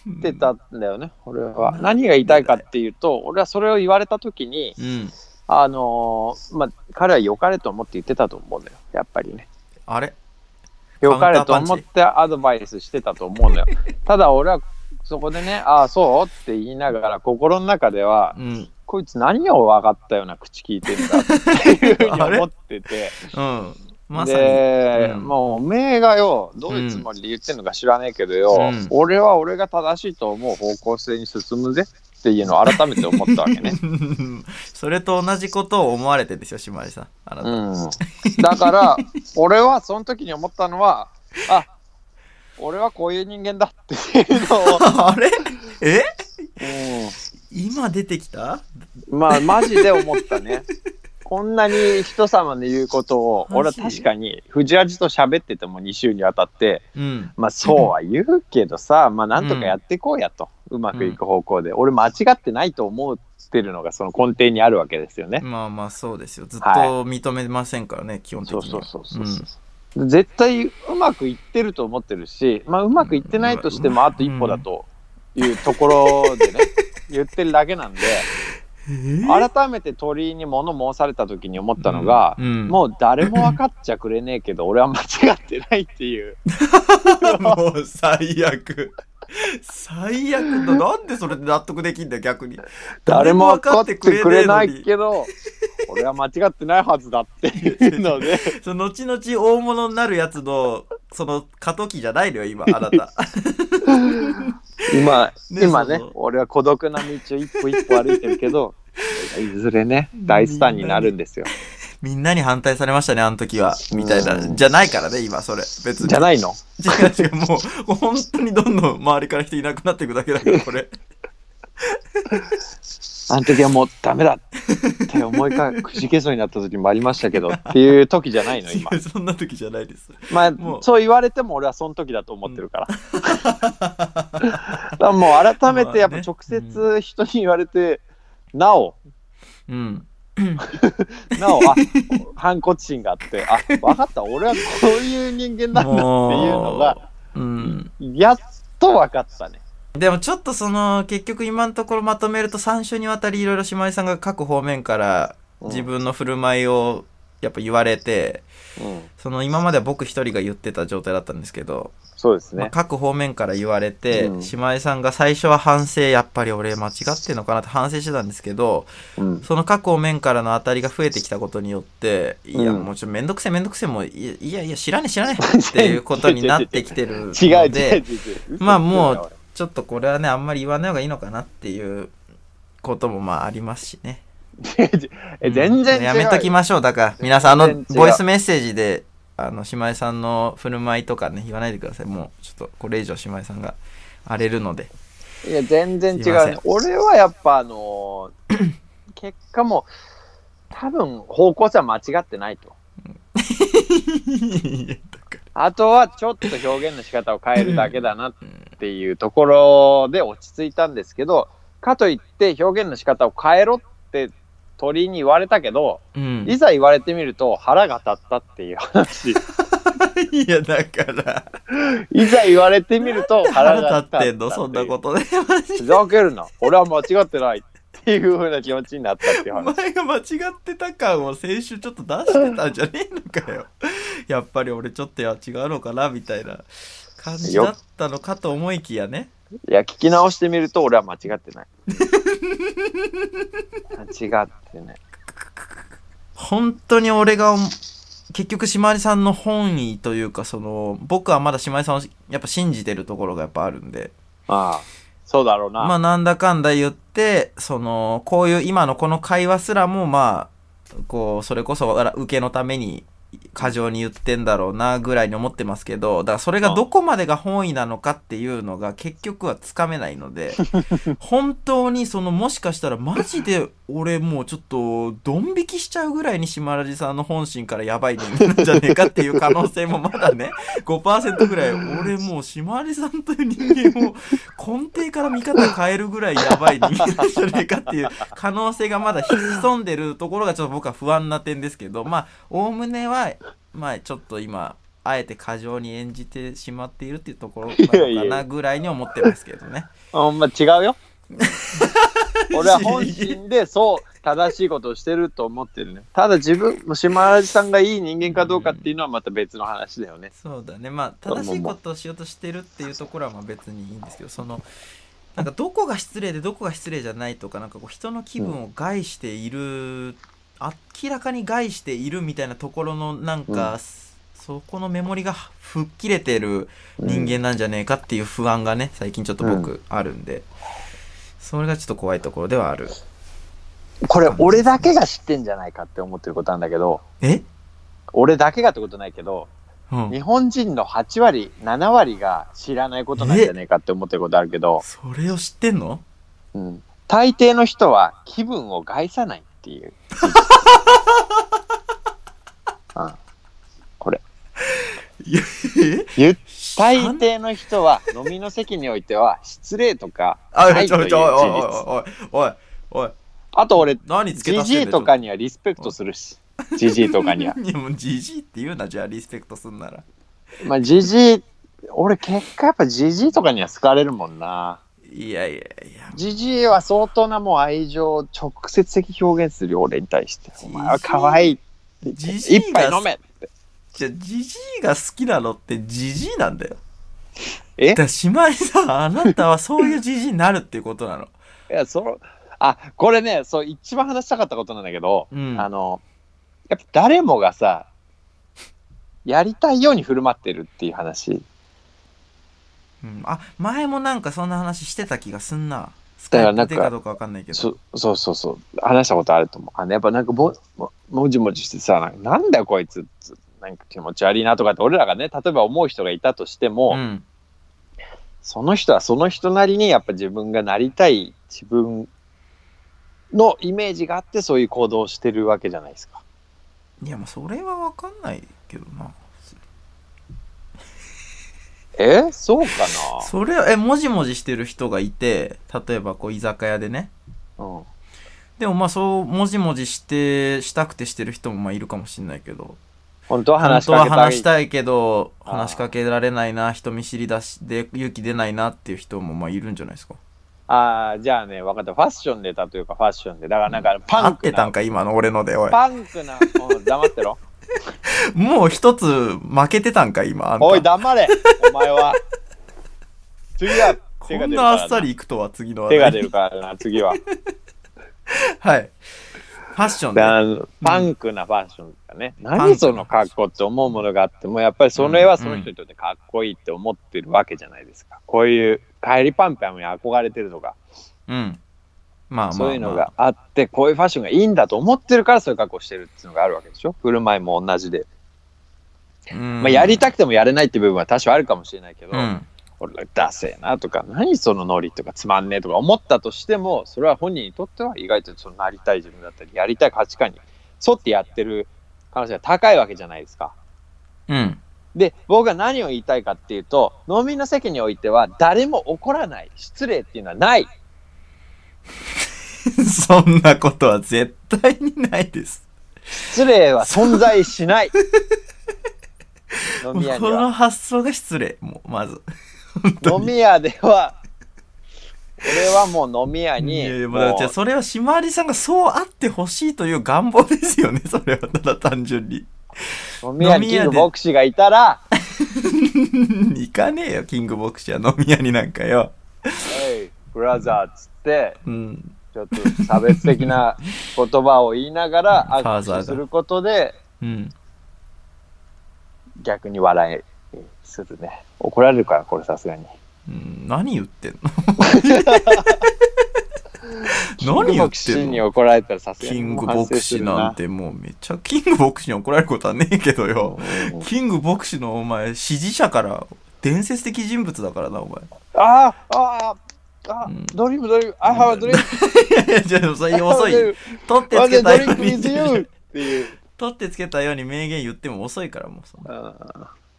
[SPEAKER 2] ってたんだよね、俺は。何が言いたいかっていうと、俺はそれを言われたときに、
[SPEAKER 3] うん。
[SPEAKER 2] あのーまあ、彼は良かれと思って言ってたと思うんだよ、やっぱりね。
[SPEAKER 3] あれ
[SPEAKER 2] 良かれと思ってアドバイスしてたと思うんだよ。ただ俺はそこでね、ああ、そうって言いながら、心の中では
[SPEAKER 3] う、ん。 [LAUGHS]
[SPEAKER 2] こいつ何を分かったような口聞いてんだっていうふうに思ってて、
[SPEAKER 3] うん。まさに。
[SPEAKER 2] で、
[SPEAKER 3] うん
[SPEAKER 2] もうおめえがよ、どういうつもりで言ってんのか知らねえけどよ、
[SPEAKER 3] うん
[SPEAKER 2] 俺は俺が正しいと思う方向性に進むぜっていうのを改めて思ったわけね。
[SPEAKER 3] [LAUGHS] それと同じことを思われてるんですよ、島地さん。あなた。
[SPEAKER 2] うん、だから、俺はその時に思ったのは、あ俺はこういう人間だっていうのを、
[SPEAKER 3] [LAUGHS] あれえ
[SPEAKER 2] う
[SPEAKER 3] 今出てきた
[SPEAKER 2] ん、まあ、マジで思ったね。こんなに人様の言うことを、俺は確かに、藤あじと喋ってても2週にわたって、
[SPEAKER 3] うん。
[SPEAKER 2] まあそうは言うけどさ、まあなんとかやってこうやと、うまくいく方向で、俺間違ってないと思ってるのがその根底にあるわけですよね。
[SPEAKER 3] まあまあそうですよ。ずっと
[SPEAKER 2] はい
[SPEAKER 3] 認めませんからね、基本的
[SPEAKER 2] そう
[SPEAKER 3] に
[SPEAKER 2] そ
[SPEAKER 3] は。
[SPEAKER 2] うそうそうそう、絶対うまくいってると思ってるし、まあうまくいってないとしてもあと一歩だというところで
[SPEAKER 3] [LAUGHS]
[SPEAKER 2] ね、言ってるだけなんで、
[SPEAKER 3] うん。
[SPEAKER 2] 改めて鳥居に物申された時に思ったのが、
[SPEAKER 3] うん、うん
[SPEAKER 2] もう誰も分かっちゃくれねえけど、俺は間違ってないっていう。
[SPEAKER 3] もう最悪。最悪だ。なんでそれで納得できんだよ、逆に。
[SPEAKER 2] 誰も分かってくれな
[SPEAKER 3] 誰も分かってくれねえの
[SPEAKER 2] い
[SPEAKER 3] に
[SPEAKER 2] けど、 [LAUGHS] 俺は間違ってないはずだっていうので、
[SPEAKER 3] その後々大物になるやつの、その過渡期じゃないのよ、今、あ
[SPEAKER 2] [LAUGHS]
[SPEAKER 3] なた。
[SPEAKER 2] 今、
[SPEAKER 3] ね
[SPEAKER 2] 今ね
[SPEAKER 3] そうそう
[SPEAKER 2] 俺は孤独な道を一歩一歩歩いてるけ
[SPEAKER 3] [LAUGHS]
[SPEAKER 2] ど、いずれね、大スターになるんですよ。
[SPEAKER 3] みんなに反対されましたね、あの時は。みたいな。じゃないからね、今、それ。別に。
[SPEAKER 2] じゃないの
[SPEAKER 3] 違う違う、もう、本当にどんどん周りから人いなくなっていくだけだ
[SPEAKER 2] [LAUGHS]
[SPEAKER 3] から、これ。
[SPEAKER 2] あの時はもうダメだって思いかくじけそうになった時もありましたけ
[SPEAKER 3] [LAUGHS]
[SPEAKER 2] どっていう時じゃないの今
[SPEAKER 3] 違う [LAUGHS] そんな時じゃないです。
[SPEAKER 2] ま
[SPEAKER 3] もう
[SPEAKER 2] あそう言われても俺はその時だと思ってるから、だからもう改めてやっぱ直接人に言われて、なお
[SPEAKER 3] うん。
[SPEAKER 2] なお、あ、反骨心があって、あ、分かった、俺はこういう人間なんだっていうのが、
[SPEAKER 3] うん。
[SPEAKER 2] やっと分かったね。
[SPEAKER 3] でもちょっとその、結局今のところまとめると3週にわたりいろいろ島井さんが各方面から
[SPEAKER 2] うん
[SPEAKER 3] 自分の振る舞いをやっぱ言われて、
[SPEAKER 2] うん、
[SPEAKER 3] その今までは僕一人が言ってた状態だったんですけど、
[SPEAKER 2] そうです
[SPEAKER 3] まあ
[SPEAKER 2] ね。
[SPEAKER 3] 各方面から言われて、
[SPEAKER 2] うん
[SPEAKER 3] 島井さんが最初は反省、やっぱり俺間違ってんのかなって反省してたんですけど、
[SPEAKER 2] うん、
[SPEAKER 3] その各方面からの当たりが増えてきたことによって、いや、
[SPEAKER 2] うん
[SPEAKER 3] もうちょっとめんどくせえめんどくせえもう、いいやいや知らねえ知
[SPEAKER 2] [LAUGHS]
[SPEAKER 3] らねえっていうことになってきてるので、
[SPEAKER 2] 違う違う違う違う。
[SPEAKER 3] まあもう
[SPEAKER 2] 嘘つくな
[SPEAKER 3] ちょっとこれはね、あんまり言わない方がいいのかなっていうこともまあありますしね。
[SPEAKER 2] 俺え全然違
[SPEAKER 3] う
[SPEAKER 2] う。
[SPEAKER 3] んやめときましょう。だから、皆さん、あ
[SPEAKER 2] 全
[SPEAKER 3] の、
[SPEAKER 2] 然違う
[SPEAKER 3] ボイスメッセージで、あの、姉妹さんの振る舞いとかね、言わないでください。もう、ちょっと、これ以上姉妹さんが荒れる
[SPEAKER 2] [LAUGHS]
[SPEAKER 3] ので。
[SPEAKER 2] いや、全然違
[SPEAKER 3] すいま
[SPEAKER 2] う、
[SPEAKER 3] せ
[SPEAKER 2] ね
[SPEAKER 3] ん。
[SPEAKER 2] 俺はやっぱ、あのー
[SPEAKER 3] [CLEARS THROAT]
[SPEAKER 2] 結果も、多分方向性は間違ってないと。あとはちょっと表現の仕方を変えるだけだなっていうところで落ち着いたんですけど、かといって表現の仕方を変えろって鳥に言われたけど、
[SPEAKER 3] うん。
[SPEAKER 2] いざ言われてみると腹が立ったっていう話。
[SPEAKER 3] いや、だから、
[SPEAKER 2] いざ言われてみると腹
[SPEAKER 3] 腹
[SPEAKER 2] が立
[SPEAKER 3] 立
[SPEAKER 2] っ。
[SPEAKER 3] ったてんの、そんなこととで。マジ
[SPEAKER 2] ふざけるな。俺は間違ってないっていう風な気持ちになったっていう
[SPEAKER 3] お
[SPEAKER 2] 話。
[SPEAKER 3] 前が間違ってた感を先週ちょっと出してたんじゃねえのかよ。やっぱり俺ちょっといや違うのかなみたいな感じだったのかと思いきやね。
[SPEAKER 2] いや、聞き直してみると俺は間違ってない。間違ってない。
[SPEAKER 3] 本当に俺が思う結局島井さんの本意というかその僕はまだ島井さんをやっぱ信じてるところがやっぱあるんで
[SPEAKER 2] ああ、そうだろうな。
[SPEAKER 3] まあなんだかんだ言ってそのこういう今のこの会話すらもまあこうそれこそあら受けのために過剰に言ってんだろうなぐらいに思ってますけどだからそれがどこまでが本意なのかっていうのが結局はつかめないので本当にそのもしかしたらマジで俺もうちょっとドン引きしちゃうぐらいに島ラジさんの本心からやばい人間なんじゃねえかっていう可能性もまだね5%ぐらい俺もう島ラジさんという人間を根底から見方を変えるぐらいやばい人間なんじゃねえかっていう可能性がまだ潜んでるところがちょっと僕は不安な点ですけどまあおおむねはまあちょっと今あえて過剰に演じてしまっているっていうところなの
[SPEAKER 2] いやいや
[SPEAKER 3] か
[SPEAKER 2] い
[SPEAKER 3] な
[SPEAKER 2] や
[SPEAKER 3] ぐらいに思ってますけどね。
[SPEAKER 2] ほんま違う
[SPEAKER 3] [LAUGHS]
[SPEAKER 2] よ。俺は本心でそう正しいことをしてると思ってるね。ただ自分、島原さんがいい人間かどうかっていうのはまた別の話だよね。
[SPEAKER 3] そうだねまあ正しいことをしようとしてるっていうところはまあ別にいいんですけどそのなんかどこが失礼でどこが失礼じゃないとかなんかこう人の気分を害している明らかに害しているみたいなところのなんか、
[SPEAKER 2] う
[SPEAKER 3] そこのメモリが吹っ切れてる人間なんじゃねえかっていう不安がね最近ちょっと僕あるんで、それがちょっと怖いところではある
[SPEAKER 2] これ俺だけが知ってんじゃないかって思ってることなんだけど
[SPEAKER 3] え、
[SPEAKER 2] 俺だけがってことないけど
[SPEAKER 3] うん、
[SPEAKER 2] 日本人の8割7割が知らないことなんじゃねえかって思ってることあるけど、
[SPEAKER 3] それを知って
[SPEAKER 2] [LAUGHS]
[SPEAKER 3] んの
[SPEAKER 2] うん、大抵の人は気分を害さないって
[SPEAKER 3] [LAUGHS]
[SPEAKER 2] いう、うん、
[SPEAKER 3] いやえ
[SPEAKER 2] 言大抵の人は飲みの席においては失礼とか
[SPEAKER 3] あ
[SPEAKER 2] ない
[SPEAKER 3] ち
[SPEAKER 2] と
[SPEAKER 3] ょ
[SPEAKER 2] いう
[SPEAKER 3] ちょおいお
[SPEAKER 2] 事
[SPEAKER 3] い
[SPEAKER 2] 実
[SPEAKER 3] おいおいおいおい
[SPEAKER 2] あと俺
[SPEAKER 3] 何つけ
[SPEAKER 2] ジ
[SPEAKER 3] 足し
[SPEAKER 2] ジ
[SPEAKER 3] て
[SPEAKER 2] イ
[SPEAKER 3] んだよ
[SPEAKER 2] とかにはリスペクトするしジジイとかにはい
[SPEAKER 3] やもうジジイって言うなじゃあリスペクトすんなら
[SPEAKER 2] まあジジイ俺結果やっぱジジイとかには好かれるもんない
[SPEAKER 3] やいやいや
[SPEAKER 2] ジジイは相当なもう愛情を直接的表現するよ俺に対して
[SPEAKER 3] ジ
[SPEAKER 2] お
[SPEAKER 3] ジイ
[SPEAKER 2] 前は可愛い
[SPEAKER 3] ジジイ
[SPEAKER 2] 一杯
[SPEAKER 3] が
[SPEAKER 2] 飲め
[SPEAKER 3] じゃあジジイが好きなのってジジイなんだよ
[SPEAKER 2] え
[SPEAKER 3] だからしまいさんあなたはそういうジジイになるっていうことなの
[SPEAKER 2] いやそのあこれねそう一番話したかったことなんだけど、
[SPEAKER 3] うん
[SPEAKER 2] あのやっぱ誰もがさやりたいように振る舞ってるっていう話
[SPEAKER 3] うん、あ前もなんかそんな話してた気がすんな。ス
[SPEAKER 2] だ
[SPEAKER 3] カ
[SPEAKER 2] から
[SPEAKER 3] イ
[SPEAKER 2] な
[SPEAKER 3] プ
[SPEAKER 2] んか
[SPEAKER 3] でかどうかわかんないけど。
[SPEAKER 2] そそうそうそう話したことあると思うあのやっぱなんかもももじもじしてさなんかなんだよこいつつなんか気持ち悪いなとかって俺らがね例えば思う人がいたとしても、
[SPEAKER 3] ん、
[SPEAKER 2] その人はその人なりにやっぱ自分がなりたい自分のイメージがあってそういう行動をしてるわけじゃないですか。
[SPEAKER 3] いや、まあそれはわかんないけどな。
[SPEAKER 2] えそうか
[SPEAKER 3] それは、え、もじもじしてる人がいて、例えばこう居酒屋でね。
[SPEAKER 2] な、うん、
[SPEAKER 3] でもまあそう、もじもじして、したくてしてる人もまあいるかもしれないけど。
[SPEAKER 2] 本当は
[SPEAKER 3] 本
[SPEAKER 2] 話し
[SPEAKER 3] 当
[SPEAKER 2] か
[SPEAKER 3] は
[SPEAKER 2] けた
[SPEAKER 3] 話し
[SPEAKER 2] い
[SPEAKER 3] たいけど、
[SPEAKER 2] あー
[SPEAKER 3] 話しかけられないな、人見知りだし、で、勇気出ないなっていう人もまあいるんじゃないですか。
[SPEAKER 2] ああじゃあね分かったファッションで例えばファッションでだからなんかパ
[SPEAKER 3] 合
[SPEAKER 2] ン
[SPEAKER 3] っ
[SPEAKER 2] ク
[SPEAKER 3] て
[SPEAKER 2] な、
[SPEAKER 3] たんか、今の俺ので、おい。
[SPEAKER 2] パンクな、うん、黙って
[SPEAKER 3] [LAUGHS]
[SPEAKER 2] ろ
[SPEAKER 3] もう一つ負けてたんか、今。あんた
[SPEAKER 2] おい黙れお前は次は手
[SPEAKER 3] こ
[SPEAKER 2] が
[SPEAKER 3] ん
[SPEAKER 2] 出る
[SPEAKER 3] な
[SPEAKER 2] か
[SPEAKER 3] あっ
[SPEAKER 2] ら
[SPEAKER 3] さ
[SPEAKER 2] な
[SPEAKER 3] りいくとは次の話
[SPEAKER 2] 手
[SPEAKER 3] 題
[SPEAKER 2] が出るからな次は
[SPEAKER 3] はい。ファッション
[SPEAKER 2] だか
[SPEAKER 3] で。
[SPEAKER 2] らパンクなファッションだね、何その格好って思うものがあってもやっぱりそれはその人にとってかっこいいって思ってるわけじゃないですか、こういう帰りパンパンに憧れてるとか
[SPEAKER 3] うん。まあまあ、まあ、
[SPEAKER 2] そういうのが。あって、こういうファッションがいいんだと思ってるから、そういう格好してるっていうのがあるわけでしょ。振る舞いも同じで。
[SPEAKER 3] うん、
[SPEAKER 2] まあ、やりたくてもやれないっていう部分は多少あるかもしれないけど、
[SPEAKER 3] うん。
[SPEAKER 2] 俺らダセえなとか、何そのノリとか、つまんねえとか思ったとしても、それは本人にとっては意外とそのなりたい自分だったり、やりたい価値観に沿ってやってる可能性が高いわけじゃないですか。
[SPEAKER 3] うん。 [LAUGHS]
[SPEAKER 2] で、僕が何を言いたいかっていうと、飲みの席においては誰も怒らない、失礼っていうのはない。
[SPEAKER 3] そんなことは絶対にないです。
[SPEAKER 2] 失礼は存在し
[SPEAKER 3] [LAUGHS]
[SPEAKER 2] ない。飲
[SPEAKER 3] もう
[SPEAKER 2] み屋に
[SPEAKER 3] こ
[SPEAKER 2] は
[SPEAKER 3] の。発想が失礼。もう、まず。
[SPEAKER 2] 飲み屋では、俺はもう飲み屋
[SPEAKER 3] いやい
[SPEAKER 2] に、
[SPEAKER 3] や、
[SPEAKER 2] も
[SPEAKER 3] まあだからじゃあ
[SPEAKER 2] う
[SPEAKER 3] それはしまわりさんがそうあってほしいという願望ですよね。 [LAUGHS] それはただ単純に。 [LAUGHS]
[SPEAKER 2] 飲み屋に
[SPEAKER 3] 飲み
[SPEAKER 2] キ
[SPEAKER 3] 屋
[SPEAKER 2] ン
[SPEAKER 3] で
[SPEAKER 2] グ牧師がいたら、
[SPEAKER 3] 行かねえよ、キングボクシーは飲み屋になんかよ。
[SPEAKER 2] おい、ブラザーっつって、
[SPEAKER 3] うん。
[SPEAKER 2] ちょっと差別的
[SPEAKER 3] [LAUGHS]
[SPEAKER 2] な言葉を言いながら
[SPEAKER 3] ファーザ
[SPEAKER 2] 握
[SPEAKER 3] ーが
[SPEAKER 2] 手することで、
[SPEAKER 3] うん。
[SPEAKER 2] 逆に笑いするね。怒られるから、これさすがに。
[SPEAKER 3] うん、何言ってんの [LAUGHS]
[SPEAKER 2] キング牧師に怒られたらさすがに。
[SPEAKER 3] キングボクシーなんてもうめっちゃキングボクシーに怒られることはねえけどよ
[SPEAKER 2] もう。反省するな。うん
[SPEAKER 3] キングボクシーのお前支持者から伝説的人物だからなお前。 [LAUGHS]
[SPEAKER 2] あーあーあー
[SPEAKER 3] うん
[SPEAKER 2] ドリームドリーム、I have a dream!
[SPEAKER 3] いやいやじ [LAUGHS] ゃあそれ遅い
[SPEAKER 2] I have a
[SPEAKER 3] よ。
[SPEAKER 2] dream.
[SPEAKER 3] 取ってつ
[SPEAKER 2] One
[SPEAKER 3] け
[SPEAKER 2] day
[SPEAKER 3] たよ
[SPEAKER 2] drink
[SPEAKER 3] うに
[SPEAKER 2] with you! っていう。
[SPEAKER 3] 取ってつけたように名言言っても遅いからもうそんな
[SPEAKER 2] うん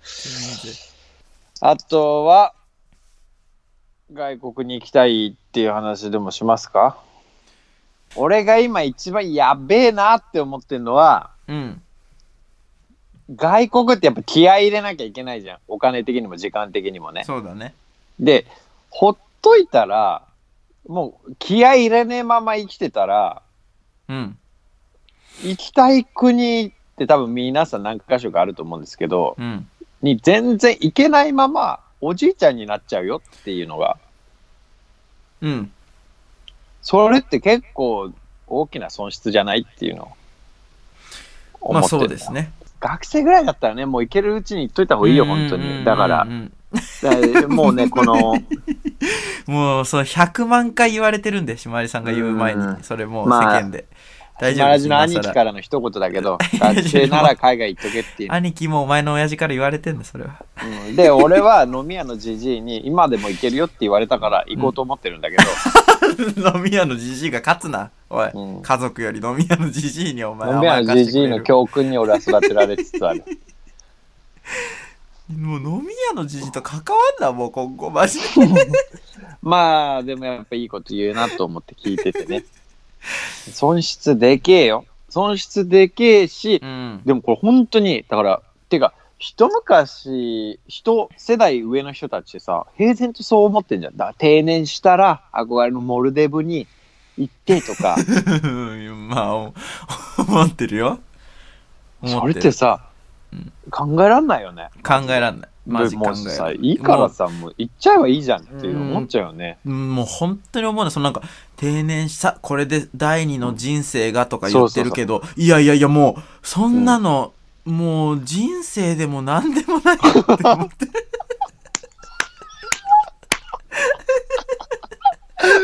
[SPEAKER 3] 全然
[SPEAKER 2] あとは、外国に行きたいっていう話でもしますか俺が今一番やべえなって思ってるのは、
[SPEAKER 3] うん。
[SPEAKER 2] 外国ってやっぱ気合い入れなきゃいけないじゃん。お金的にも時間的にもね。
[SPEAKER 3] そうだね。
[SPEAKER 2] で、ほっといたら、もう気合い入れねえまま生きてたら、
[SPEAKER 3] うん。
[SPEAKER 2] 行きたい国って多分皆さん何か所かあると思うんですけど、
[SPEAKER 3] うん。
[SPEAKER 2] に全然行けないままおじいちゃんになっちゃうよっていうのが
[SPEAKER 3] うん。
[SPEAKER 2] それって結構大きな損失じゃないっていうの思
[SPEAKER 3] ま
[SPEAKER 2] っ
[SPEAKER 3] あ
[SPEAKER 2] てる、
[SPEAKER 3] そうですね。
[SPEAKER 2] 学生ぐらいだったらね、もう行けるうちに行っといた方がいいよ、本当
[SPEAKER 3] うんうんうん
[SPEAKER 2] に。だから
[SPEAKER 3] [LAUGHS] う、ん
[SPEAKER 2] だからもうね、この、
[SPEAKER 3] もう、そう、100万回言われてるんで、しまりさんが言う前
[SPEAKER 2] うん
[SPEAKER 3] に、それもう世
[SPEAKER 2] まあ
[SPEAKER 3] 間で。大丈夫
[SPEAKER 2] マラ
[SPEAKER 3] で
[SPEAKER 2] ジ
[SPEAKER 3] す。
[SPEAKER 2] の
[SPEAKER 3] 今
[SPEAKER 2] 兄貴
[SPEAKER 3] 更
[SPEAKER 2] からの一言だけ
[SPEAKER 3] [LAUGHS]
[SPEAKER 2] ど、学生なら海外行っとけっていう。
[SPEAKER 3] 兄貴もお前の親父から言われてんだ、それは。 [LAUGHS]
[SPEAKER 2] うんで、俺は飲み屋のじじいに今でも行けるよって言われたから行こうと思ってるんだけど、
[SPEAKER 3] 飲み屋のじじいが勝つな、おい。
[SPEAKER 2] うん
[SPEAKER 3] 家族より飲み屋のじじいにお前
[SPEAKER 2] 飲み屋
[SPEAKER 3] 甘
[SPEAKER 2] の
[SPEAKER 3] やか
[SPEAKER 2] じ
[SPEAKER 3] してく
[SPEAKER 2] じい
[SPEAKER 3] れる
[SPEAKER 2] の教訓に俺は育てられつつある。
[SPEAKER 3] もう飲み屋のじじいと関わんな、もう今後、マジで。
[SPEAKER 2] まあ、でもやっぱいいこと言うなと思って聞いててね。 [LAUGHS] 損失でけえよ。損失でけえし、
[SPEAKER 3] うん。
[SPEAKER 2] でもこれ本当に、だから、てか、一昔、一世代上の人たちさ、平然とそう思ってんじゃん。だから定年したら、憧れのモルデブに行ってとか、
[SPEAKER 3] まあ、お思ってるよ。 [LAUGHS] 思
[SPEAKER 2] そ
[SPEAKER 3] る
[SPEAKER 2] れってさ、
[SPEAKER 3] うん
[SPEAKER 2] 考えらんないよね。
[SPEAKER 3] 考えらんない。マ
[SPEAKER 2] で
[SPEAKER 3] ジ考
[SPEAKER 2] も
[SPEAKER 3] え
[SPEAKER 2] う
[SPEAKER 3] ら
[SPEAKER 2] さ、
[SPEAKER 3] んない
[SPEAKER 2] いからさ、もう行っちゃえばいいじゃんっていう思っちゃうよね。
[SPEAKER 3] もう本当に思うの、そのなんか、定年した、これで第二の人生がとか言ってるけど、いやいやいや、もう、そんなの、もう人生でも何でもないよって [LAUGHS] 思って。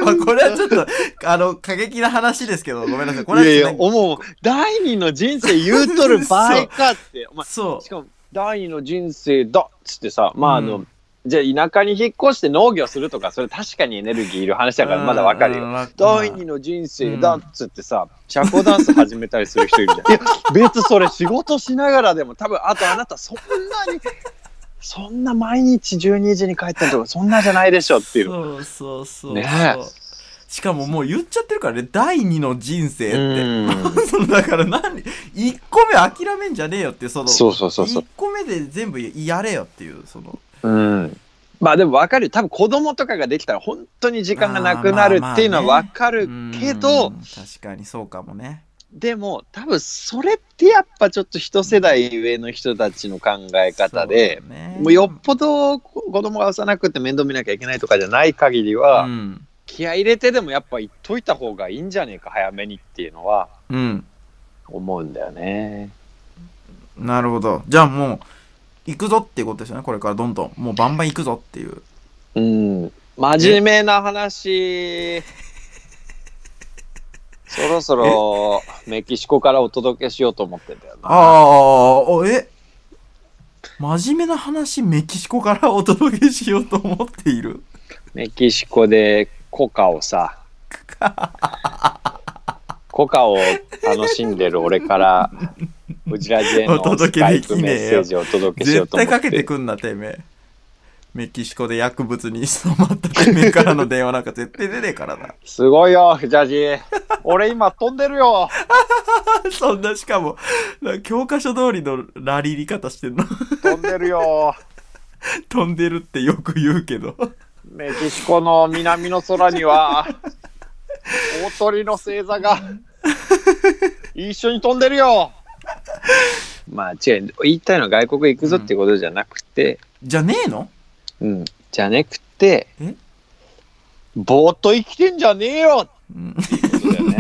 [SPEAKER 3] まあこれはちょっと、あの、過激な話ですけど、ごめんなさい。これはちょっとなんか
[SPEAKER 2] 思う、第二の人生言うか
[SPEAKER 3] [LAUGHS]
[SPEAKER 2] って、お前
[SPEAKER 3] そ
[SPEAKER 2] しかも第二の人生だっつってさまああの、
[SPEAKER 3] うん
[SPEAKER 2] じゃあ田舎に引っ越して農業するとかそれ確かにエネルギーいる話
[SPEAKER 3] う。
[SPEAKER 2] だからまだわかるよ。
[SPEAKER 3] よ
[SPEAKER 2] 第二の人生だっつってさ、社交ダンス始めたりする人いるじ [LAUGHS] ゃん。いや、別それ仕事しながらでも、多分あとあなたそんなに、そんな毎日12時に帰ったりとか、そんなじゃないでしょっていう。
[SPEAKER 3] そうそうそう。
[SPEAKER 2] ねえ
[SPEAKER 3] しかももう言っちゃってるからね、第二の人生って。
[SPEAKER 2] うん
[SPEAKER 3] [LAUGHS] そのだから何1個目諦めんじゃねえよってその
[SPEAKER 2] そうそうそうそう
[SPEAKER 3] 1個目で全部やれよっていうその
[SPEAKER 2] うんまあでも分かるよ多分子供とかができたら本当に時間がなくなるっていうのは分かるけど、
[SPEAKER 3] うん確かにそうかもね
[SPEAKER 2] でも多分それってやっぱちょっと一世代上の人たちの考え方で
[SPEAKER 3] そ、だね
[SPEAKER 2] もうよっぽどこ子供が幼くて面倒見なきゃいけないとかじゃない限りは、
[SPEAKER 3] うん、
[SPEAKER 2] 気合い入れてでもやっぱ言っといた方がいいんじゃねえか早めにっていうのは
[SPEAKER 3] うん、
[SPEAKER 2] 思うんだよね。
[SPEAKER 3] なるほどじゃあもう行くぞっていうことですよねこれからどんどんもうバンバン行くぞっていう
[SPEAKER 2] うん真面目な話そろそろメキシコからお届けしようと思ってんだよ
[SPEAKER 3] あ
[SPEAKER 2] な。
[SPEAKER 3] あえ真面目な話メキシコからお届けしようと思っている
[SPEAKER 2] メキシコでコカをさコカを楽しんでる俺から、ウジラジへ
[SPEAKER 3] お
[SPEAKER 2] のス
[SPEAKER 3] 届け
[SPEAKER 2] カ
[SPEAKER 3] で
[SPEAKER 2] イ
[SPEAKER 3] き
[SPEAKER 2] プ
[SPEAKER 3] ね
[SPEAKER 2] メ
[SPEAKER 3] え
[SPEAKER 2] ッセ
[SPEAKER 3] よ
[SPEAKER 2] ージをお届けしよ
[SPEAKER 3] 絶
[SPEAKER 2] うと思
[SPEAKER 3] 対
[SPEAKER 2] って。
[SPEAKER 3] かけてくんな、てめえ。メキシコで薬物に染まったてめえからの電話なんか絶対出ねえからな。 [LAUGHS]
[SPEAKER 2] すごいよ、ウジラジ。俺今飛んでるよ。
[SPEAKER 3] そんな、しかも、な教科書通りのラリり方してんの。 [LAUGHS]
[SPEAKER 2] 飛んでるよ。
[SPEAKER 3] 飛んでるってよく言うけど。
[SPEAKER 2] メキシコの南の空には、大鳥の星座が、一緒に飛んでるよ。まあ違う、言いたいのは外国行くぞってことじゃなくて、
[SPEAKER 3] じゃねえの
[SPEAKER 2] うん、じゃねくて
[SPEAKER 3] え、
[SPEAKER 2] ぼーっと生きてんじゃねえよ
[SPEAKER 3] うん
[SPEAKER 2] そうだよね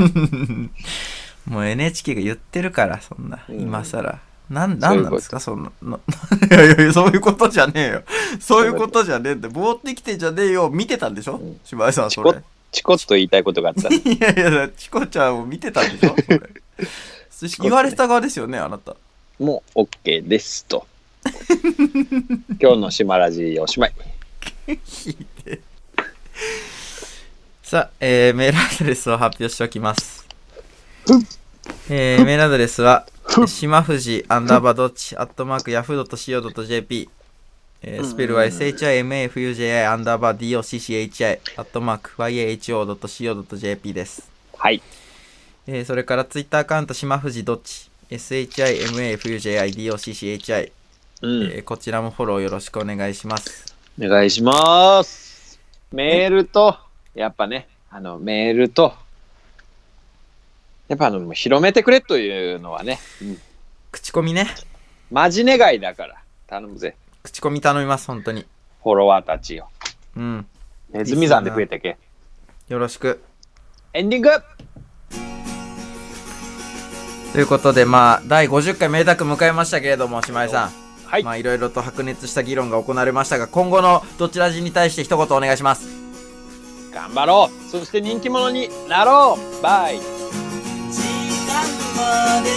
[SPEAKER 3] [LAUGHS] もう NHK が言ってるから、そんな。
[SPEAKER 2] うん
[SPEAKER 3] 今更。なん、
[SPEAKER 2] そ
[SPEAKER 3] な
[SPEAKER 2] うい
[SPEAKER 3] ん
[SPEAKER 2] う
[SPEAKER 3] な
[SPEAKER 2] こ
[SPEAKER 3] ん
[SPEAKER 2] と
[SPEAKER 3] ですか、そんな。 [LAUGHS] のいやいやいや、そういうことじゃねえよ。そういうことじゃねえって、ぼーってきてんじゃねえよ。見てたんでしょ
[SPEAKER 2] うん
[SPEAKER 3] 柴井さん、そ
[SPEAKER 2] ちょこ。
[SPEAKER 3] れ
[SPEAKER 2] チコッと言いたいことがあったの
[SPEAKER 3] いやいや、チコちゃんを見てたんでし [LAUGHS] ょそれそして言われた側ですよね、あなた。
[SPEAKER 2] もう OK です [LAUGHS] と今日の島ラジおしまい
[SPEAKER 3] さあ、えーメールアドレスを発表しておきます
[SPEAKER 2] うん。
[SPEAKER 3] えーメールアドレスは
[SPEAKER 2] う、ん
[SPEAKER 3] しまふじアンダーバードッチ、アットマーク、ヤフー .co.jp。えースペルは
[SPEAKER 2] うん
[SPEAKER 3] SHIMAFUJI アンダーバー DOCCHI アットマーク YAHO.CO.jp です。
[SPEAKER 2] はい
[SPEAKER 3] えーそれからツイッターアカウント、しまふじどっち、SHIMAFUJIDOCCHI、
[SPEAKER 2] うん、
[SPEAKER 3] えーこちらもフォローよろしくお願いします。
[SPEAKER 2] お願いしますメールとやっぱねあのメールとやっぱあの広めてくれというのはね、うん、
[SPEAKER 3] 口コミね。
[SPEAKER 2] マジ願いだから頼むぜ
[SPEAKER 3] 口コミ頼みます、本当に。
[SPEAKER 2] フォロワーたちよ
[SPEAKER 3] うん。
[SPEAKER 2] ネズミ山で増えてけ
[SPEAKER 3] よろしく。
[SPEAKER 2] エンディング
[SPEAKER 3] ということで、まあ、第50回明卓迎えましたけれども、島井さん。
[SPEAKER 2] はい
[SPEAKER 3] まあ、いろいろと白熱した議論が行われましたが、今後のどちらじに対して一言お願いします。
[SPEAKER 2] 頑張ろうそして人気者になろうバイ
[SPEAKER 4] 時間まで